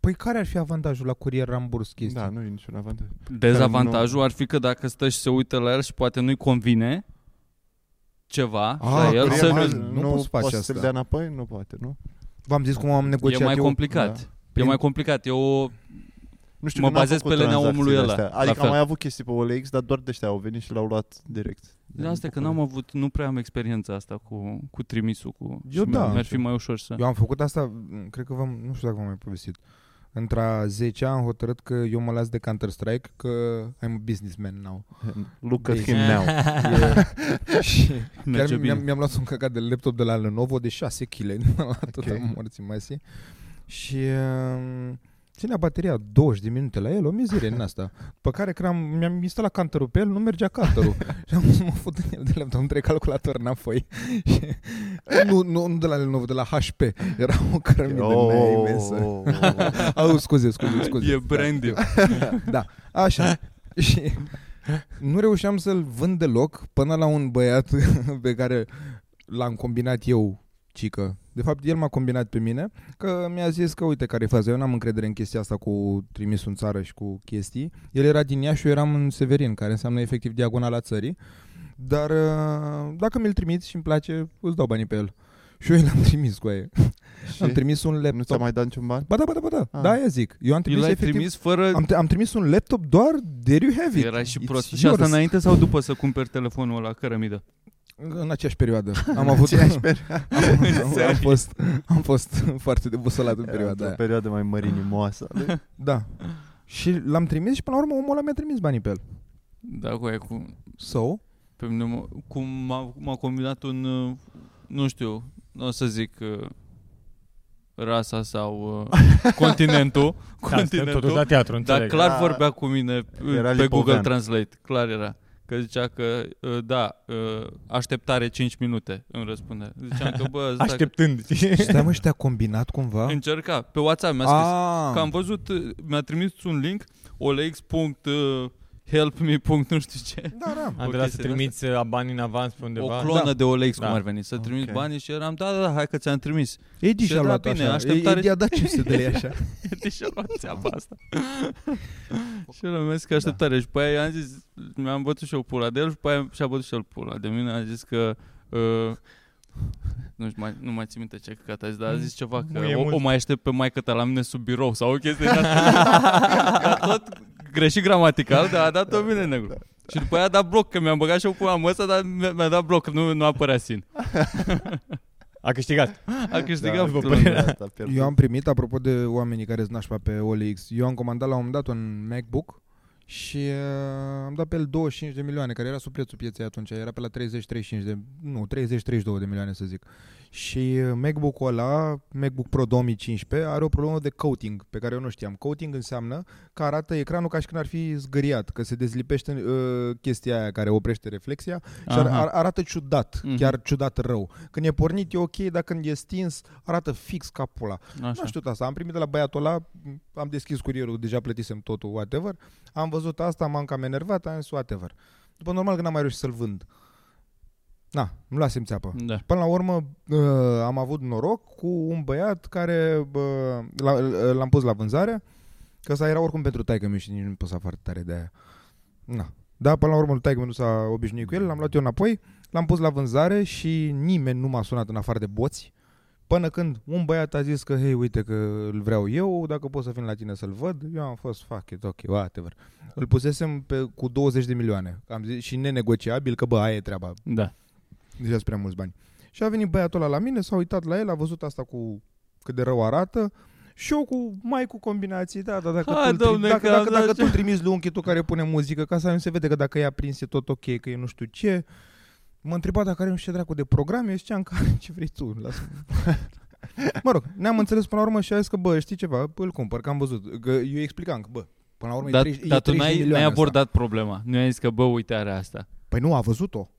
S5: Păi care ar fi avantajul la curier ramburs chestii?
S6: Da, nu e niciun avantaj.
S3: Dezavantajul ar fi că dacă stă și se uită la el și poate nu-i convine ceva
S5: Ah,
S3: la el,
S5: curier
S3: să
S5: mai-
S3: nu,
S5: nu poți face
S6: Păi, poți
S5: asta.
S6: să-l dea înapoi? Nu poate, nu?
S5: V-am zis cum am negociat
S3: e mai
S5: eu.
S3: complicat.
S6: da.
S3: E mai complicat. E o
S6: Nu
S3: Mă
S6: că n-am
S3: bazez
S6: făcut
S3: pe lenea
S6: tranzacțiile
S3: omului ăla,
S6: astea.
S3: la
S6: Adică am
S3: fel.
S6: mai avut chestii pe OLX, dar doar de ăștia au venit și l-au luat direct.
S5: Da,
S3: De asta e că n-am avut, nu prea am experiența asta cu, cu trimisul. Cu, și
S5: Eu
S3: mi-
S5: da.
S3: Mi-ar fi mai ușor să...
S5: Eu am făcut asta, m, cred că v-am, nu știu dacă v-am mai povestit. Între 10 am hotărât că eu mă las de Counter-Strike, că I'm a businessman now.
S6: Look at
S5: Bine.
S6: him now.
S5: E- și chiar
S3: Merge
S5: mi-am,
S3: bine.
S5: mi-am luat un căcat de laptop de la Lenovo de 6 kg, la tot
S6: Ok.
S5: okay. morții masi. Și um, ținea bateria 20 de minute la el, o mizerie în asta. Pe care când am, mi-am instalat counter pe el, nu mergea counter și am zis, mă fut în el de laptop, îmi trec calculator înapoi. Și, nu, nu, nu de la Lenovo, de la HP. Era o cărămidă oh. mea imensă.
S6: oh,
S5: Au, scuze, scuze, scuze.
S3: E branding.
S5: Da, așa. și nu reușeam să-l vând deloc până la un băiat pe care l-am combinat eu, cică. De fapt, el m-a combinat pe mine, că mi-a zis că uite care e faza, eu n-am încredere în chestia asta cu trimisul în țară și cu chestii. El era din Iași, eu eram în Severin, care înseamnă efectiv diagonala țării. Dar uh, dacă mi-l trimiți și îmi place, îți dau banii pe el. Și eu i l-am trimis cu aia. Am
S6: Și
S5: trimis un
S6: nu ți-a
S5: laptop.
S6: mai dat niciun ban?
S5: Ba da, ba da, ba da.
S6: Ah.
S5: Da, aia zic. Eu am
S3: I
S5: trimis
S3: l-ai
S5: efectiv
S3: trimis fără...
S5: am, am trimis un laptop doar there you have it.
S3: Era și
S5: It's
S3: prost. Și
S5: yours.
S3: asta înainte sau după să cumperi telefonul ăla cărămidă?
S5: În aceeași perioadă. Am avut am, am, am, fost, am fost foarte debusolat în perioada
S6: Era o
S5: aia.
S6: perioadă mai mărinimoasă.
S5: Da. Și l-am trimis și până la urmă omul ăla mi-a trimis banii pe el.
S3: Da, cu aia, cu,
S5: So,
S3: Pe mine mă, cum m-a, m-a combinat un, uh, nu știu, nu o să zic uh, rasa sau uh, continentul,
S4: Da, suntem
S3: continentul
S4: totuși la teatru,
S3: dar
S4: înțeleg.
S3: clar
S6: Da.
S3: vorbea cu mine uh,
S6: Era
S3: pe Google
S6: lipovean.
S3: Translate, clar era. Că zicea că, uh, da, uh, așteptare 5 minute, îmi răspunde. Ziceam că, bă, stai,
S4: Exact.
S3: că-
S4: Așteptând, știi?
S5: Stai mă, și te-a combinat cumva?
S3: încerca. Pe WhatsApp mi-a scris.
S5: Ah,
S3: Că am văzut, uh, mi-a trimis un link, uh, olex.helpme. nu știu ce.
S5: da, da.
S4: Am
S3: o
S4: de la să
S3: chestie de
S4: trimiți uh, bani în avans pe
S3: O
S4: undeva.
S3: clonă de Olex, cum
S4: Da.
S3: ar veni, să trimiți
S6: Ok.
S3: banii și eram, da, da, da, hai că ți-am trimis.
S5: Edi
S3: Și
S5: și-a
S3: da,
S5: luat
S3: bine,
S5: așa.
S3: așteptare-
S5: Edi a dat 500 de lei așa.
S3: și a luat țeapa asta. și el mi-a zis că așteptare. Și pe aia i-am zis, mi-am bătut și eu pula de el și pe aia și-a bătut și el pula de mine. A zis că... Uh, nu, știu, mai, nu mai țin minte ce căcat a zis, dar a zis ceva că
S4: Nu e
S3: o,
S4: mult.
S3: o, mai aștept pe maică ta la mine sub birou sau o chestie din asta. dar tot greșit gramatical, dar a dat-o bine negru. Și după aia a dat bloc, că mi-am băgat și eu pula în ăsta, dar mi-a mi-a dat bloc, nu, nu apărea sin.
S4: A câștigat.
S3: A câștigat
S6: după
S3: da,
S6: părerea ta, pierdut.
S5: păi, Eu am primit, apropo de oamenii care sunt nașpa pe OLX, eu am comandat la un moment dat un MacBook și uh, am dat pe el 25 de milioane, care era sub prețul pieței atunci, era pe la 30-35 de, nu, 30-32 de milioane să zic. Și uh, MacBook-ul ăla, MacBook Pro 2015, are o problemă de coating, pe care eu nu știam. Coating înseamnă că arată ecranul ca și când ar fi zgâriat, că se dezlipește uh, chestia aia care oprește reflexia și ar,
S3: Aha.
S5: ar, arată ciudat,
S3: Mhm.
S5: mm-hmm. chiar ciudat rău. Când e pornit e ok, dar când e stins arată fix capul ăla. Nu
S3: Așa.
S5: știu asta, am primit de la băiatul ăla, am deschis curierul, deja plătisem totul, whatever. Am văzut asta, m-am cam enervat, am zis whatever. După normal că n-am mai reușit să-l vând. Na, îmi luasem țeapă.
S3: Da.
S5: Până la urmă uh, am avut noroc cu un băiat care uh, l-a- l-am pus la vânzare, că ăsta era oricum pentru taică meu și nici nu păsa foarte tare de aia. Na. Da, până la urmă taică meu nu s-a obișnuit cu el, l-am luat eu înapoi, l-am pus la vânzare și nimeni nu m-a sunat în afară de boți. Până când un băiat a zis că, hei, uite că îl vreau eu, dacă pot să vin la tine să-l văd, eu am fost, fuck it, ok, whatever. Îl pusesem pe, cu 20 de milioane am zis, și nenegociabil că, bă, aia e treaba,
S3: Da.
S5: deja sunt prea mulți bani. Și a venit băiatul ăla la mine, s-a uitat la el, a văzut asta cu cât de rău arată și eu cu mai cu combinații, da, da, dacă
S3: Hai,
S5: tu, îl trim-
S3: domne,
S5: dacă,
S3: că
S5: dacă,
S3: am
S5: dacă
S3: dat
S5: tu îl trimiți lui unchi tu care pune muzică, ca să nu se vede că dacă e aprins e tot ok, că e nu știu ce. Mă întreba dacă are nu știu ce dracu de program, eu ziceam că are ce vrei tu, lasă Mă rog, ne-am înțeles până la urmă și a zis că, bă, știi ceva, îl cumpăr, că am văzut. Că eu explicam că, bă, până la urmă
S3: Dar,
S5: e 30,
S3: dar
S5: e
S3: tu
S5: 30 de
S3: n-ai, n-ai
S5: milioane asta.
S3: abordat problema. Nu ai zis că, bă, uite, are asta.
S5: Păi nu, a văzut-o.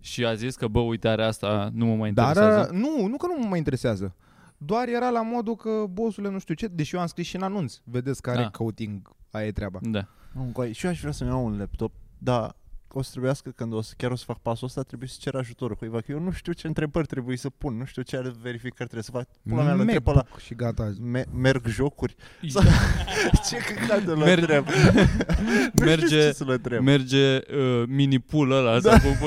S3: Și a zis că, bă, uite, are asta, nu mă mai
S5: Dar
S3: interesează.
S5: uh, nu, nu că nu mă mai interesează. Doar era la modul că bosule nu știu ce, deși eu am scris și în anunț. Vedeți că are
S3: Da.
S5: da. coating, aia e treaba.
S3: Da.
S6: Nu, coi, Și eu aș vrea să-mi iau un laptop, dar o să trebuiască când o să, chiar o să fac pasul ăsta, trebuie să cer ajutorul cuiva, că eu nu știu ce întrebări trebuie să pun, nu știu ce are verificări trebuie să fac. Pula mea, îl întreb pe ăla,
S5: MacBook și gata.
S6: "Me- merg jocuri? Sau- ce căcatul îl
S3: Merg-
S6: întreb? nu știu
S3: Merge-
S6: ce să-l întreb.
S3: Merge uh, mini-pool ăla da. sau cu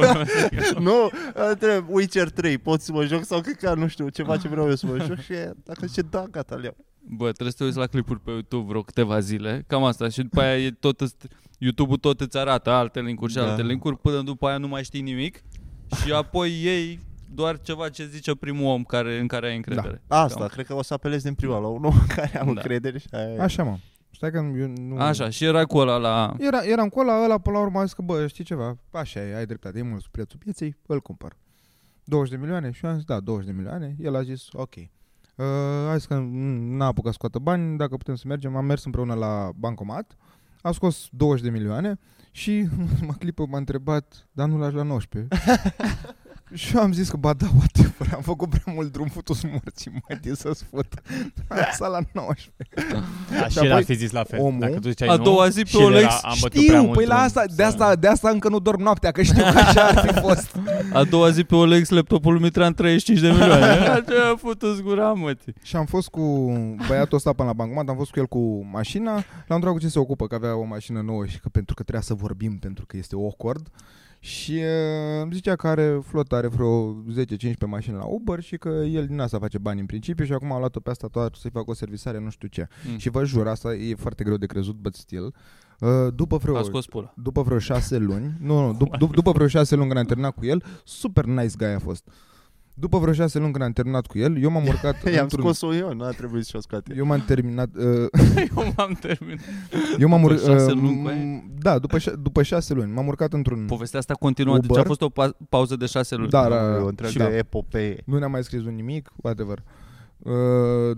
S6: Nu, îl întreb, Witcher 3, pot să mă joc sau că ca, nu știu, ceva ce vreau eu să mă joc și e, dacă zice da, gata, le iau.
S3: Bă, trebuie să te uiți la clipuri pe YouTube vreo câteva zile, cam asta. Și după aia e tot îți, YouTube-ul tot îți arată alte linkuri și
S6: Da.
S3: alte linkuri, până după aia nu mai știi nimic. Și apoi ei doar ceva ce zice primul om care, în care ai
S5: Da.
S3: încredere.
S6: Asta,
S3: Cam.
S6: cred că o să apelez din prima la unul în care am
S3: Da.
S6: încredere și aia e.
S5: Așa mă. Stai că eu nu...
S3: Așa, și era cu ăla la...
S5: Era, eram cu ăla, ăla până la urmă a zis că, bă, știi ceva, așa e, ai dreptate, e mult sub prețul pieței, îl cumpăr. 20 de milioane? Și eu am zis, da, 20 de milioane. El a zis, ok. Uh, a zis că mm, n-a apucat să scoată bani, dacă putem să mergem, am mers împreună la bancomat, a scos 20 de milioane și în ultima clipă m-a întrebat, dar nu l-aș la 19? și eu am zis că, ba da, whatever, am făcut prea mult drum, futus morții, mai de să-ți fut. Am lăsat la 19.
S4: Da, și
S5: Dar
S4: el
S5: voi-
S4: ar fi zis la fel.
S5: păi, omul-
S4: Dacă tu ziceai
S3: A
S4: nu,
S3: doua zi pe
S4: și el
S3: Olex,
S4: era, am bătut prea
S5: Știu,
S4: mult
S5: păi la
S4: drum."
S5: asta, de asta, de asta încă nu dorm noaptea, că știu că așa ar fi fost.
S3: A doua zi pe Olex laptopul lui Mitran 35 de milioane. Ce a putut gura, mă, ți.
S5: Și am fost cu băiatul ăsta până la bancomat, am fost cu el cu mașina, l-am întrebat cu ce se ocupă, că avea o mașină nouă și că pentru că trebuia să vorbim, pentru că este awkward. Și uh, îmi zicea că are flot, are vreo 10-15 mașini la Uber și că el din asta face bani în principiu și acum a luat-o pe asta toată să-i facă o servisare, nu știu ce.
S3: Mm.
S5: Mm. Și vă jur, asta e foarte greu de crezut, but still. Uh, după vreo
S3: A scos pula.
S5: după vreo șase luni, nu, nu dup, dup, după vreo șase luni când am terminat cu el, super nice guy a fost. După vreo șase luni când am terminat cu el, eu m-am urcat
S6: I-am
S5: într-un-
S6: scos-o eu, nu a trebuit să o scoate.
S5: Eu m-am terminat uh,
S3: Eu m-am terminat.
S5: Eu m-am
S3: După
S5: urcat
S3: șase luni cu aia?
S5: Da, după, șa- după șase luni M-am urcat într-un
S3: Povestea asta continuă, deci
S5: Uber?
S3: a fost o pa- pauză de șase luni.
S5: da, da,
S6: E
S5: da,
S6: o
S5: da.
S6: întreagă
S5: Și da,
S6: epopee.
S5: Nu ne-am mai scris un nimic, whatever Uh,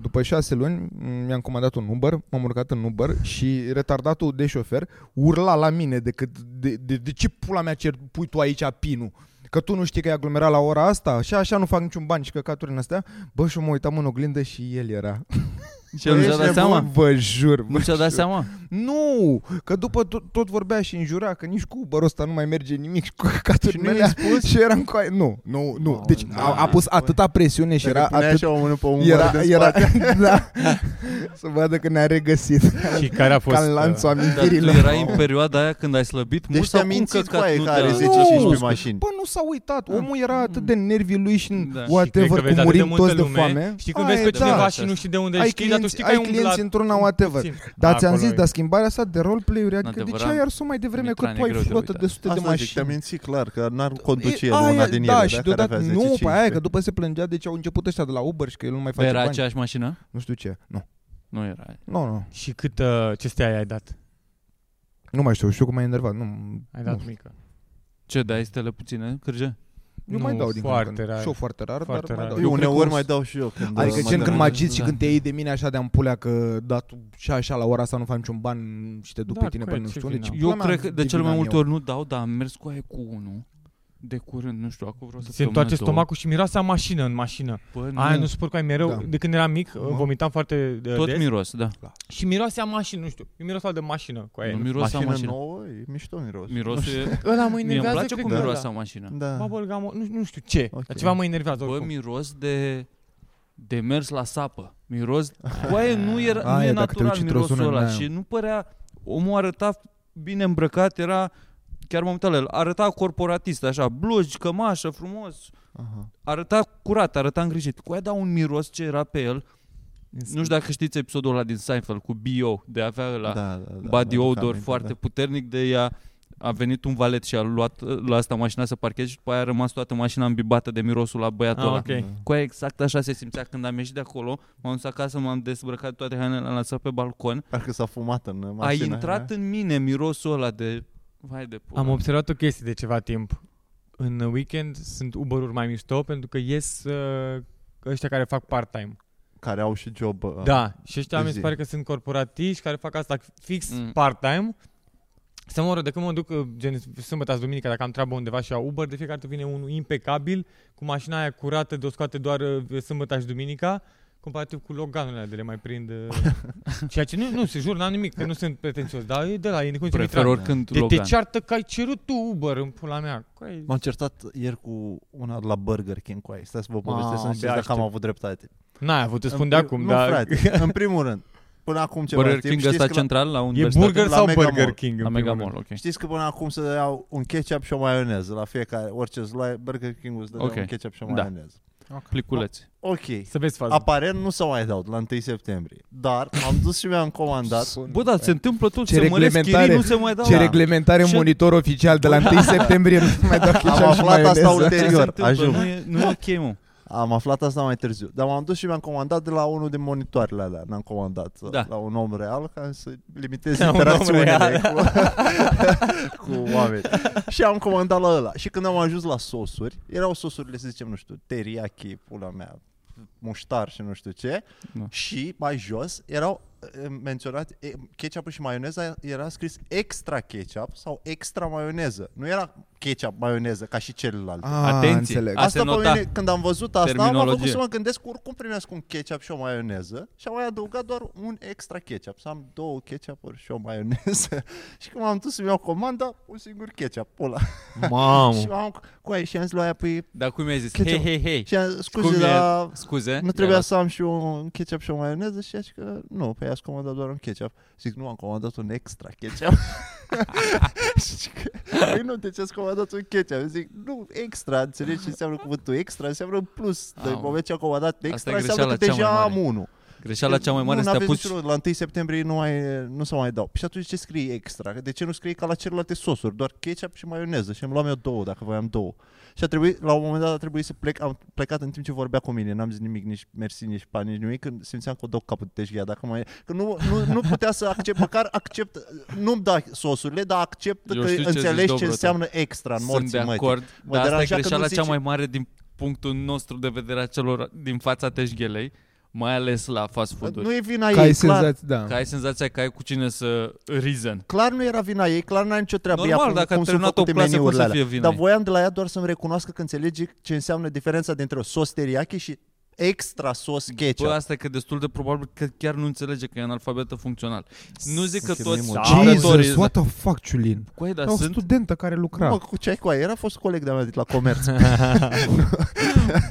S5: după șase luni m, mi-am comandat un Uber, m-am urcat în Uber și retardatul de șofer urla la mine de, cât, de, de, de ce pula mea cer, pui tu aici pinul? Că tu nu știi că e aglomerat la ora asta și așa nu fac niciun bani și căcaturi în astea. Bă, și eu mă uitam în oglindă și el era.
S3: Și el nu și-a
S5: Ești
S3: dat
S5: nebun?
S3: seama?
S5: Vă jur.
S3: Nu
S5: vă
S3: și-a dat
S5: jur.
S3: seama?
S5: Nu, că după tot, tot vorbea și înjura că nici cu Uber ăsta nu mai merge nimic și cu căcatul
S6: nu i-ai
S5: spus? Și eram cu aia- Nu, nu, nu. Deci
S4: da,
S5: a, a pus atâta presiune și era
S6: Dacă punea
S5: atât
S6: așa omul pe umăr
S5: era,
S6: de
S5: era,
S6: spate.
S5: da, să vadă că ne-a regăsit
S7: Și care a fost...
S5: ca în
S4: uh,
S5: lanțul
S3: Dar tu
S4: da,
S5: amintirilor.
S3: erai în perioada aia când ai slăbit mult
S6: Deci
S3: sau
S6: te-a
S3: cum
S6: mințit cu
S3: căcat
S6: aia
S3: nu
S6: care
S3: te-a...
S5: zici-
S6: 10-15
S5: Nu,
S6: mașini.
S5: Bă, nu s-a uitat.
S4: Da.
S5: Omul era
S4: Mm.
S5: atât de nervii lui și
S3: Da.
S5: da.
S3: Și
S5: whatever,
S7: cred că
S5: cum
S7: vezi atât de
S5: murim
S7: multă
S5: toți de
S7: lume
S5: foame.
S4: Știi când
S5: Aia
S4: vezi pe
S5: e, da.
S4: cineva și nu știi de unde
S5: Ai
S4: știi, dar tu știi
S5: clienți-
S4: că
S5: ai
S4: ai umblat
S5: clienți într-una whatever.
S4: puțin.
S5: Dar ți-am
S7: Acolo
S5: zis,
S7: e.
S5: dar schimbarea asta de roleplay-uri, adică de
S3: Adevărat.
S5: ce ai ars-o mai devreme că
S3: Mitran,
S5: tu
S3: e
S5: ai
S3: greu de
S5: flotă
S3: uitat.
S5: de sute de
S6: Asta zic, te-a
S5: mașini?
S6: mințit clar că n-ar conduce
S5: E-
S6: el una din ele.
S5: da, și
S6: dacă
S5: deodată,
S6: avea
S5: nu,
S6: 10-15.
S5: pe aia, că după se plângea de ce au început ăștia de la Uber și că el nu mai face
S3: Era
S5: bani.
S3: aceeași mașină?
S5: Nu știu ce, nu.
S3: Nu era.
S5: Nu, nu,
S4: Și cât, uh, ce stea ai dat?
S5: nu mai știu, știu că m-a enervat, nu, nu
S4: Ai dat mică.
S3: Ce, dai stele puține, cârge?
S5: Eu
S4: Nu,
S5: mai dau din
S4: foarte
S5: când în când.
S4: rar.
S5: Și eu foarte rar,
S4: Foarte
S5: dar
S4: rar.
S5: mai
S6: Eu,
S5: dau.
S6: eu
S5: cred
S6: uneori
S5: că o
S6: mai dau și eu. Când
S5: Adică
S6: uh,
S5: gen când mă
S6: deranjează.
S5: agiți și
S3: da.
S5: când te iei de mine așa de ampulea că da, tu și așa la ora asta nu faci niciun ban și te duc
S4: Da,
S5: pe tine
S4: cu
S5: pe
S4: el,
S5: nu
S4: ce
S5: știu
S4: vină?
S5: unde.
S3: Eu cred că de cel mai multe ori nu dau, dar am mers cu aia cu unul. De curând, nu știu, acum vreau să
S4: Se întoarce stomacul și miroase a mașină în mașină.
S3: Bă,
S4: Aia
S3: Păi, nu.
S4: nu supăr că ai mereu,
S5: Mm. Da.
S4: de când eram mic, vomitam foarte uh,
S3: Tot
S4: des
S3: miros, da.
S4: și miroase a mașină, nu știu, eu miros al de Păi, mașină cu aia.
S3: Nu miros a
S6: Mașină
S3: mașină.
S6: nouă, e mișto miros.
S3: Mirosul e...
S4: Ăla mă
S3: Mie îmi
S4: enervează,
S3: place
S4: cred
S3: cum
S4: că
S3: miroase
S4: ăla.
S3: a mașină.
S6: Da.
S4: Bubblegum, nu, nu știu ce,
S6: Ok.
S4: dar ceva mă enervează
S3: Bă,
S4: oricum.
S3: miros de de mers la sapă. Miros, coaie nu era nu
S5: Aia,
S3: e
S5: dacă te
S3: natural
S5: uiți într-o
S3: mirosul
S5: zonă
S3: ăla
S5: din aia.
S3: și nu părea omul arăta bine îmbrăcat, era chiar m-am uitat la el, arăta corporatist așa, blugi, cămașă, frumos.
S6: Aha.
S3: Arăta curat, arăta îngrijit. Cu aia da un miros ce era pe el. Nu știu dacă știți episodul ăla din Seinfeld cu B.O. de a avea ăla
S6: Da, da, da,
S3: body
S6: mi-aduc
S3: odor
S6: aminte,
S3: foarte
S6: da.
S3: puternic de ea a venit un valet și a luat uh, la asta mașina să parcheze și după aia a rămas toată mașina îmbibată de mirosul la băiatul ăla.
S4: Ah, ok.
S3: Cu aia exact așa se simțea când am ieșit de acolo, m-am dus acasă, m-am dezbrăcat toate hainele, l-am lăsat pe balcon.
S6: Parcă s-a fumat în uh,
S3: a
S6: mașină.
S3: intrat în mine mirosul ăla de... Vai de pula.
S4: Am observat o chestie de ceva timp. În weekend sunt Uber-uri mai mișto pentru că ies uh, ăștia care fac part-time.
S6: Care au și job. uh,
S4: Da, și ăștia
S6: de
S4: mi
S6: zi.
S4: se pare că sunt corporatiști care fac asta fix
S3: Mm.
S4: part-time. Să mă rog, de când mă duc, uh, gen, sâmbătă azi, duminica, dacă am treabă undeva și iau Uber, de fiecare dată vine unul impecabil, cu mașina aia curată, de o scoate doar uh, sâmbătă și duminica, comparativ cu loganurile alea de le mai prind. uh, Ceea ce nu, nu, se jur, n-am nimic, că nu sunt pretențios, dar e de la ei, cum
S3: Prefer oricând
S4: te, te
S3: Logan.
S4: ceartă că ai cerut tu Uber în pula mea. Păi, Coi,
S6: M-am certat ieri cu una de la Burger King cu aia. Stai să vă povestesc
S4: Mamă,
S6: să nu știți
S4: abia
S6: dacă am
S4: aștept.
S6: avut dreptate.
S4: N-ai avut, îți spun
S6: În
S4: de
S6: pri-
S4: acum,
S6: Păi, nu,
S4: dar
S6: frate, în primul rând, până acum ceva
S3: Burger
S6: timp,
S3: King
S6: știți
S3: ăsta
S6: că, la,
S3: central la
S4: e
S3: universitate?
S4: burger
S6: la
S4: sau
S6: Mega
S4: Burger
S6: Mall.
S4: King? în
S3: La
S4: primul
S3: Mega
S4: rând?
S3: Mall, ok.
S6: știți că până acum se dădeau un ketchup și o maioneză la fiecare, orice îți luai, Burger King îți dădea
S3: Ok.
S6: un ketchup și
S3: Da.
S6: o maioneză.
S3: Pliculeți.
S6: Ok,
S4: Să vezi faza.
S6: aparent nu s-au mai dat la 1 septembrie, dar am dus și mi-am comandat
S3: Bă, dar se întâmplă tot,
S5: Ce
S3: se măresc
S5: reglementare.
S3: chirii, nu se mai dau.
S5: Ce
S6: Da.
S5: reglementare
S3: Ce-
S5: monitor oficial de la 1 septembrie nu mai dau
S6: Am
S5: chiar și
S6: aflat asta
S5: maioneză.
S3: Ce se
S6: ulterior,
S3: întâmplă?
S6: ajung.
S3: Nu e, nu e ok, mă.
S6: Am aflat asta mai târziu. Dar m-am dus și mi-am comandat de la unul din monitoarele alea. N-am comandat
S3: Da.
S6: da. la un om real ca să limitez
S4: Un om
S6: interacțiunile
S4: real.
S6: cu, cu oameni. și am comandat la ăla. Și când am ajuns la sosuri, erau sosurile, să zicem, nu știu, teriyaki, pula mea, muștar și nu știu ce.
S3: Da.
S6: Și mai jos erau eh, menționat eh, ketchup și maioneza era scris extra ketchup sau extra maioneză. Nu era ketchup, maioneză, ca și celelalte.
S5: Ah,
S3: Atenție.
S5: înțeleg.
S3: A se
S6: Asta pe
S3: nota.
S6: mine, când am văzut asta, m-a
S3: Terminologie.
S6: făcut să mă gândesc că oricum primesc un ketchup și o maioneză și am mai adăugat doar un extra ketchup. Să am două ketchupuri și o maioneză. și când m-am dus să-mi iau comanda, un singur ketchup, ăla.
S4: Mamă.
S6: și am cu aia și am zis lui aia, păi,
S3: Dar cum mi-ai zis? Hei,
S6: Ketchup.
S3: hei, hei.
S6: și am zis,
S3: Cum
S6: scuze,
S3: e?
S6: dar
S3: Scuze.
S6: nu trebuia
S3: Ia
S6: să am și un ketchup și o maioneză și ea zice că nu, pe aia ați comandat doar un ketchup. Zic, nu, am comandat un extra ketchup. și zic, păi nu, de ce ați comandat un ketchup? Zic, nu, extra, înțelegi ce înseamnă cuvântul extra? Înseamnă plus. De
S3: Am.
S6: moment ce am comandat extra, înseamnă
S3: greșeala
S6: că
S3: cea mai
S6: deja
S3: mare.
S6: am unul.
S3: la- Greșeala cea mai mare
S6: nu,
S3: este a
S6: n-aveți
S3: pus...
S6: niciun rol, La 1 septembrie nu, mai, nu se mai dau. Și atunci ce scrie extra? De ce nu scrie ca la celelalte sosuri? Doar ketchup și maioneză. Și am luat eu două, dacă voiam două. Și a trebuit, la un moment dat a trebuit să plec, am plecat în timp ce vorbea cu mine, n-am zis nimic, nici mersi, nici pan, nici nimic, când simțeam că o dau capul de teșghia, dacă mai că nu, nu, nu putea să accept, măcar accept, nu-mi da sosurile, dar accept
S3: Eu
S6: că
S3: știu ce
S6: înțelegi
S3: zici,
S6: ce,
S3: Dobrota.
S6: înseamnă extra în
S3: Sunt
S6: morții
S3: de
S6: mătii.
S3: acord,
S6: Mă
S3: dar asta e
S6: deranja că nu
S3: greșeala cea
S6: zice-
S3: mai mare din punctul nostru de vedere a celor din fața teșghelei. mai ales la fast food-uri.
S6: Păi, Nu e vina
S5: Ca
S6: ei,
S5: ai
S6: clar,
S5: senzația, da.
S3: Că ai senzația că ai cu cine să reason.
S6: clar nu era vina ei, clar n-ai nicio treabă
S3: Normal,
S6: ea,
S3: dacă a
S6: cum sunt
S3: terminat o
S6: făcute
S3: clasă, cum
S6: meniurile
S3: să
S6: alea.
S3: fie vina
S6: Dar
S3: ei?
S6: voiam de la ea doar să-mi recunoască că înțelege ce înseamnă diferența dintre o sos teriyaki și extra sos ketchup.
S3: Bă, asta e că destul de probabil că chiar nu înțelege că e analfabetă funcțional. Nu zic că
S6: Să
S3: toți
S6: fim
S5: Jesus,
S3: lucrătorii-
S5: what the fuck, Ciulin?
S3: Cu ei, dar
S5: Da, o
S3: sunt...
S5: studentă care lucra.
S6: Mă, cu ce ai cu aia? Era fost coleg de-a mea de la comerț.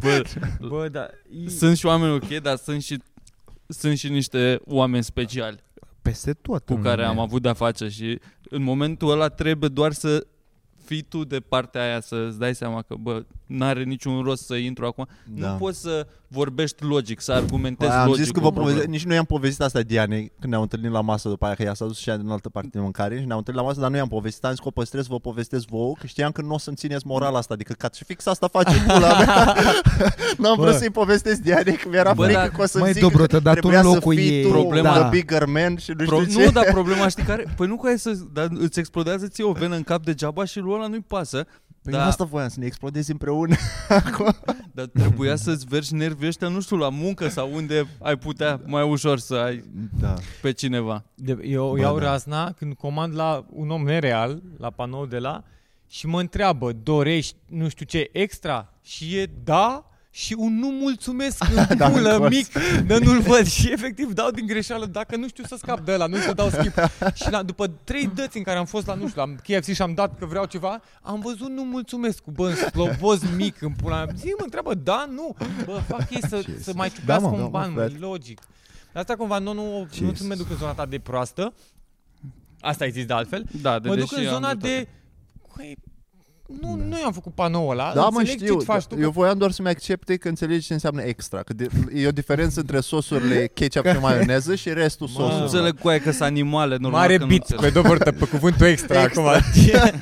S3: Bă,
S4: Bă, da,
S3: sunt și oameni ok, dar sunt și sunt și niște oameni speciali
S5: Peste tot.
S3: cu
S5: în
S3: care
S5: lume.
S3: am avut de-a face și în momentul ăla trebuie doar să fii tu de partea aia să-ți dai seama că, bă, n-are niciun rost să intru acum.
S6: Da.
S3: Nu poți să vorbești logic, să argumentezi
S6: Bă, Păi, am
S3: logic.
S6: zis că
S3: o
S6: vă
S3: problemă.
S6: poveste, nici noi am povestit asta Diane când ne-am întâlnit la masă după aia că ea s-a dus și ea în altă parte de mâncare și ne-am întâlnit la masă, dar nu i-am povestit, am zis că o păstrez, vă povestesc vouă, că știam că nu o să-mi țineți morala asta de căcat și fix asta face pula mea. N-am
S5: Bă.
S6: vrut să-i povestesc Diane că mi-era
S3: Bă,
S6: frică
S3: dar-
S6: că o să-mi
S5: Măi,
S6: zic
S5: Dobrotă,
S6: că
S5: dar tu
S6: trebuia
S5: în
S6: să
S5: locul
S6: fii
S5: ei,
S6: tu
S3: problema-
S6: the
S5: da.
S6: bigger man și nu știu
S3: Pro-
S6: ce.
S3: nu, dar problema știi care? Păi nu că ai să... Dar îți explodează ție o venă în cap degeaba și lui ăla nu-i pasă.
S6: Păi
S3: dar,
S6: asta voiam să ne explodezi împreună.
S3: dar trebuia să-ți vergi nervii ăștia, nu știu, la muncă sau unde ai putea mai ușor să ai
S6: Da.
S3: pe cineva.
S4: De, eu
S6: Bă,
S4: Bă, iau
S6: da.
S4: da. razna când comand la un om nereal, la panou de la, și mă întreabă, dorești nu știu ce extra? Și e da și un nu mulțumesc în
S6: Da,
S4: da,
S6: în
S4: pulă
S6: colț.
S4: mic, dar nu-l văd și efectiv dau din greșeală dacă nu știu să scap de ăla, nu știu dau skip. Și la, după trei dăți în care am fost la, nu știu, la KFC și am dat că vreau ceva, am văzut nu mulțumesc cu bă, în sloboz mic în pula mea. Zi, mă întreabă, da, nu, bă, fac ei să, să mai ciupească
S6: mă, da,
S4: un
S6: mă,
S4: ban, mă,
S6: frate.
S4: e logic. Dar asta cumva nu, nu, nu
S6: Jesus.
S4: mă duc în zona ta de proastă. Asta ai zis de altfel.
S3: Da, de
S4: mă duc
S3: deși
S4: în
S3: am
S4: zona
S3: dreptate.
S4: de... Căi, nu, nu eu am făcut panoul ăla.
S6: Da, mă
S4: înțeleg
S6: știu,
S4: ce faci tu.
S6: eu voiam doar să-mi accepte că înțelegi ce înseamnă extra, că de, e o diferență între sosurile ketchup și maioneză și restul
S4: Mă,
S3: Nu
S4: Ah.
S6: sosurilor.
S3: înțeleg cu aia că sunt animale, normal
S4: Mare
S3: că
S4: bit
S3: nu
S4: pe dobărtă, pe cuvântul extra,
S6: Extra.
S4: acum.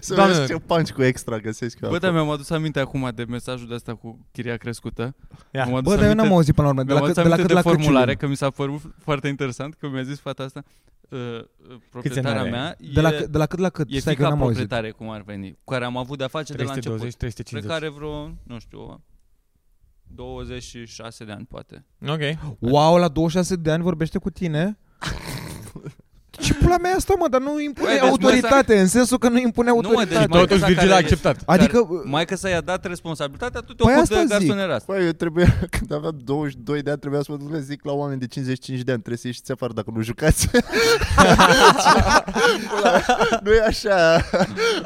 S6: Să
S4: Doamne.
S6: vezi ce punch cu extra găsesc eu
S3: Bă, dar
S6: acolo.
S3: mi-am adus aminte acum de mesajul de asta cu chiria crescută.
S4: Ia.
S3: Mi-am adus
S5: Bă, dar eu
S3: aminte-
S5: n-am auzit până la urmă. De
S3: Mi-am
S5: la, cât-
S3: adus
S5: de la
S3: aminte de
S5: cât la cât,
S3: formulare,
S5: Ciulin?
S3: că mi s-a părut foarte interesant, că mi-a zis fata asta, uh, uh, proprietarea
S4: are?
S3: mea,
S5: De la,
S3: e-
S5: cât- de la cât la cât?
S3: E
S5: Stai că
S3: fica
S5: n-am auzit.
S3: proprietare, cum ar veni, cu care am avut de-a face de la început.
S4: 320,
S3: Cred că
S4: 350.
S3: are vreo, nu știu, 26 de ani, poate.
S4: Ok.
S5: Wow, la 26 de ani vorbește cu tine? Ce pula mea e asta, mă, dar nu impune
S3: Băi, deci
S5: autoritate, în sensul că nu impune autoritate.
S3: deci maica
S4: Totuși
S3: sa
S4: Virgil
S3: care-
S4: a acceptat.
S5: adică,
S3: Mai că s-a i-a dat responsabilitatea, tu te
S5: Păi
S3: ocupi
S5: asta
S3: de
S5: zic.
S3: garsonera asta.
S6: Bă, eu trebuia, când aveam 22 de ani, trebuia să mă duc le zic la oameni de 55 de ani, trebuie să ieșiți afară dacă nu jucați. Pula, nu e așa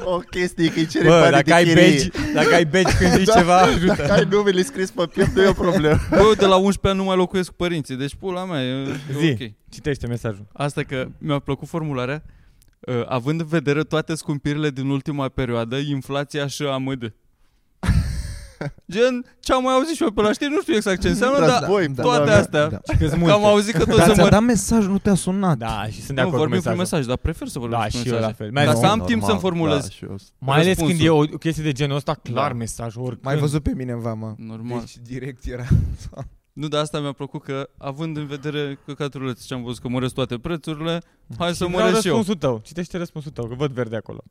S6: o chestie că îi cere
S4: Bă,
S6: bani
S4: dacă
S6: de
S4: ai
S6: chirie.
S4: begi, dacă ai begi când zici
S6: Da,
S4: ceva, ajută.
S6: Dacă ai numele scris pe piept, nu e o problemă.
S3: Bă, eu de la 11 ani nu mai locuiesc cu părinții, deci pula mea, e, e
S4: Zi,
S3: ok.
S4: citește mesajul.
S3: Asta că mi-a plăcut formularea. Uh, având în vedere toate scumpirile din ultima perioadă, inflația și amâdă. Gen, ce am mai auzit și eu pe la știri, nu știu exact ce înseamnă, dar
S6: Război,
S3: toate
S6: pula mea.
S3: astea.
S5: Da.
S4: Că-s
S3: că am
S4: multe.
S3: auzit că toți
S5: Dar
S3: se
S5: ți-a
S3: mă...
S5: dat mesaj, nu te-a sunat.
S4: Da, și sunt de
S3: Nu,
S4: acord cu
S3: vorbim cu
S4: mesajul.
S3: mesaj, dar prefer să vorbim
S4: Da,
S3: cu
S4: și eu
S3: mesaj.
S4: la fel. Mai
S3: Dar să
S4: ales-
S3: am timp
S6: Normal,
S3: să-mi formulez.
S6: da, și eu-
S4: Mai ales
S3: Răspunsul.
S4: când e o chestie de genul ăsta, clar
S3: Da.
S4: mesaj oricând.
S5: Mai văzut pe mine în vamă.
S3: Normal.
S5: Deci direct era.
S3: Nu, dar asta mi-a plăcut că, având în vedere căcaturile ce am văzut că măresc toate prețurile, hai să
S4: Vreau
S3: măresc și eu.
S4: răspunsul tău. Citește răspunsul tău, că văd verde acolo.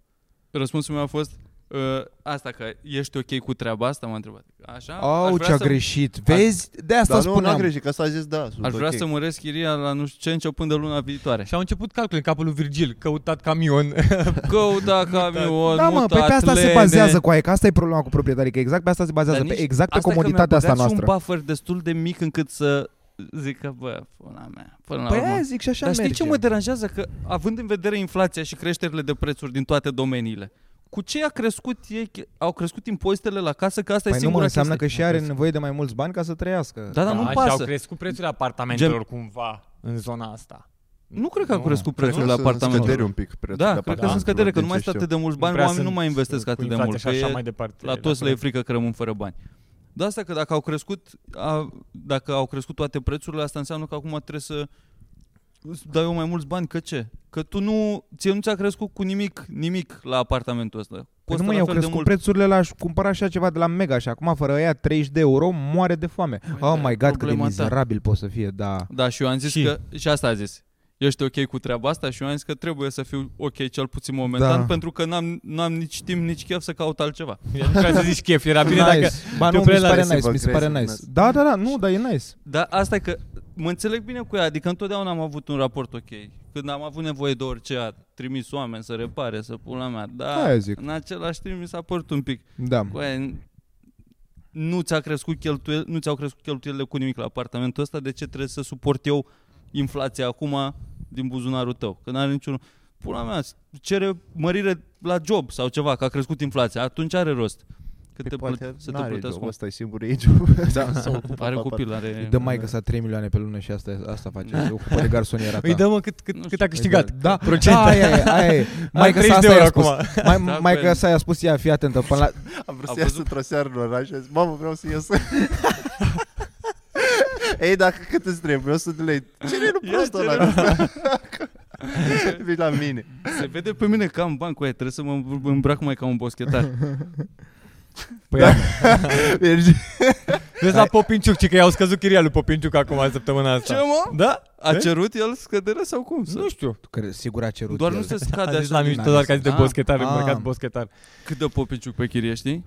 S3: Răspunsul meu a fost uh, asta, că ești ok cu treaba asta, m-a întrebat. Așa? Aș
S5: Au,
S3: vrea
S5: ce-a
S3: să-
S5: greșit. Vezi? De asta
S6: Dar nu, n-am
S5: spuneam.
S6: greșit, că s-a zis da. sunt
S3: Aș vrea
S6: ok.
S3: să măresc chiria la nu știu ce începând de luna viitoare.
S4: Și au început calcul în capul lui Virgil, căutat camion.
S3: Căuta camion,
S5: Da, mă, pe, pe asta se bazează cu aia, că asta e problema cu proprietarii, că exact pe asta se bazează, pe exact pe comoditatea asta
S3: un
S5: noastră.
S3: buffer destul de mic încât să zic că, bă, până mea, până la
S5: Păi
S3: urmă.
S5: aia zic și așa
S3: Dar știi
S5: merge.
S3: ce mă deranjează? Că având în vedere inflația și creșterile de prețuri din toate domeniile, cu ce a crescut ei, au crescut impozitele la casă, că asta
S5: Păi
S3: e
S5: nu mă
S3: singura
S5: înseamnă că
S3: chestie.
S5: și are nevoie de mai mulți bani ca să trăiască. Păi
S3: Da, dar nu-mi
S4: și au
S3: pasă.
S4: crescut prețurile apartamentelor cumva în zona asta.
S3: Nu cred că au
S4: Nu,
S3: crescut
S6: Cred că
S3: prețurile
S6: sunt în scădere
S3: apartamentelor.
S6: un pic prețul
S3: Da,
S6: de
S3: cred că sunt
S6: apartamentelor,
S3: în scădere, că nu
S6: din
S3: mai
S6: ce
S3: sunt
S6: știu.
S3: atât de mulți
S4: Nu
S3: bani,
S4: prea
S3: oamenii nu
S4: sunt
S3: mai investesc
S4: cu
S3: atât de
S4: inflația
S3: mult.
S4: Și
S3: că
S4: așa
S3: e-
S4: mai departe.
S3: La toți le e frică că rămân fără bani. De asta că dacă au crescut, a, dacă au crescut toate prețurile, asta înseamnă că acum trebuie să îți dau eu mai mulți bani, că ce? Că tu nu, ție nu ți-a crescut cu nimic, nimic la apartamentul ăsta.
S5: Păi
S3: Costă
S5: nu mă,
S3: la
S5: eu
S3: fel de
S5: crescut
S3: mult.
S5: prețurile la aș cumpăra așa ceva de la Mega și acum fără ea 30 de euro moare de foame.
S3: da,
S5: oh my god, cât de
S3: problema ta.
S5: mizerabil poate să fie, da.
S3: Da, și eu am zis
S4: Și?
S3: că, și asta a zis. ești ok cu treaba asta? Și eu am zis că trebuie să fiu ok cel puțin momentan,
S5: Da.
S3: da. pentru că n-am, n-am nici timp, nici chef să caut altceva.
S4: Adică ca să zici chef, era bine dacă...
S5: Ba
S4: te
S5: nu, mi
S4: opreai
S5: se
S4: la
S5: pare nice,
S6: receiver,
S5: mi se pare
S6: crezi,
S5: nice.
S6: Ignaț.
S5: Da, da, da, nu, dar e nice.
S3: Dar asta e că mă înțeleg bine cu ea, adică întotdeauna am avut un raport ok. Când am avut nevoie de orice, a trimis oameni să repare, să pula mea, dar
S5: Aia zic.
S3: în același timp mi s-a părut un pic.
S5: Da.
S3: Bă, nu ți-a crescut cheltuiel, nu ți-au crescut cheltuielile cu nimic la apartamentul ăsta, de ce trebuie să suport eu inflația acum din buzunarul tău? Că n-are niciun... Pula mea, cere mărire la job sau ceva, că a crescut inflația, atunci are rost. Că te plă- să te plătesc
S6: Păi job,
S3: cu
S6: ăsta e singur ei job. Da.
S3: Are copil, are...
S5: Îi dă mai că sa 3 milioane pe lună și asta, asta face, se ocupă de garsoniera ta.
S4: Îi dă mă cât,
S3: Nu
S4: cât,
S3: știu.
S4: cât a câștigat.
S5: Da,
S4: Procent.
S5: da, aia e, aia e. Mai că
S4: 30
S5: sa
S4: de
S5: asta
S4: euro
S5: i-a spus.
S4: acum.
S5: Mai, mai
S3: pe-
S5: că sa i-a spus, ea, fii atentă, până la...
S6: Am vrut
S3: A
S6: să ies
S3: văzut?
S6: într-o seară în oraș și a zis, mamă, vreau să ies. Ei, dacă cât îți trebuie? 100 de lei. Cine nu prost ăla? Vii la mine.
S3: Se vede pe mine că am bani cu aia, trebuie să mă îmbrac mai ca un boschetar.
S4: Păi,
S6: Merge.
S4: Vezi la Popinciuc, ci că i-au scăzut chiria lui Popinciuc acum săptămâna asta.
S3: Ce, mă?
S4: Da?
S3: A
S4: Vezi?
S3: cerut el scădere sau cum? Să-
S4: Nu știu.
S5: Că sigur a cerut
S3: Doar
S5: el.
S3: nu se
S4: A
S3: scade
S4: zis Deci la
S3: așa.
S4: mijloc doar că a zis de
S3: Ah,
S4: boschetar,
S5: ah.
S4: îmbrăcat boschetar.
S3: Cât dă popiciuc pe chirie, știi?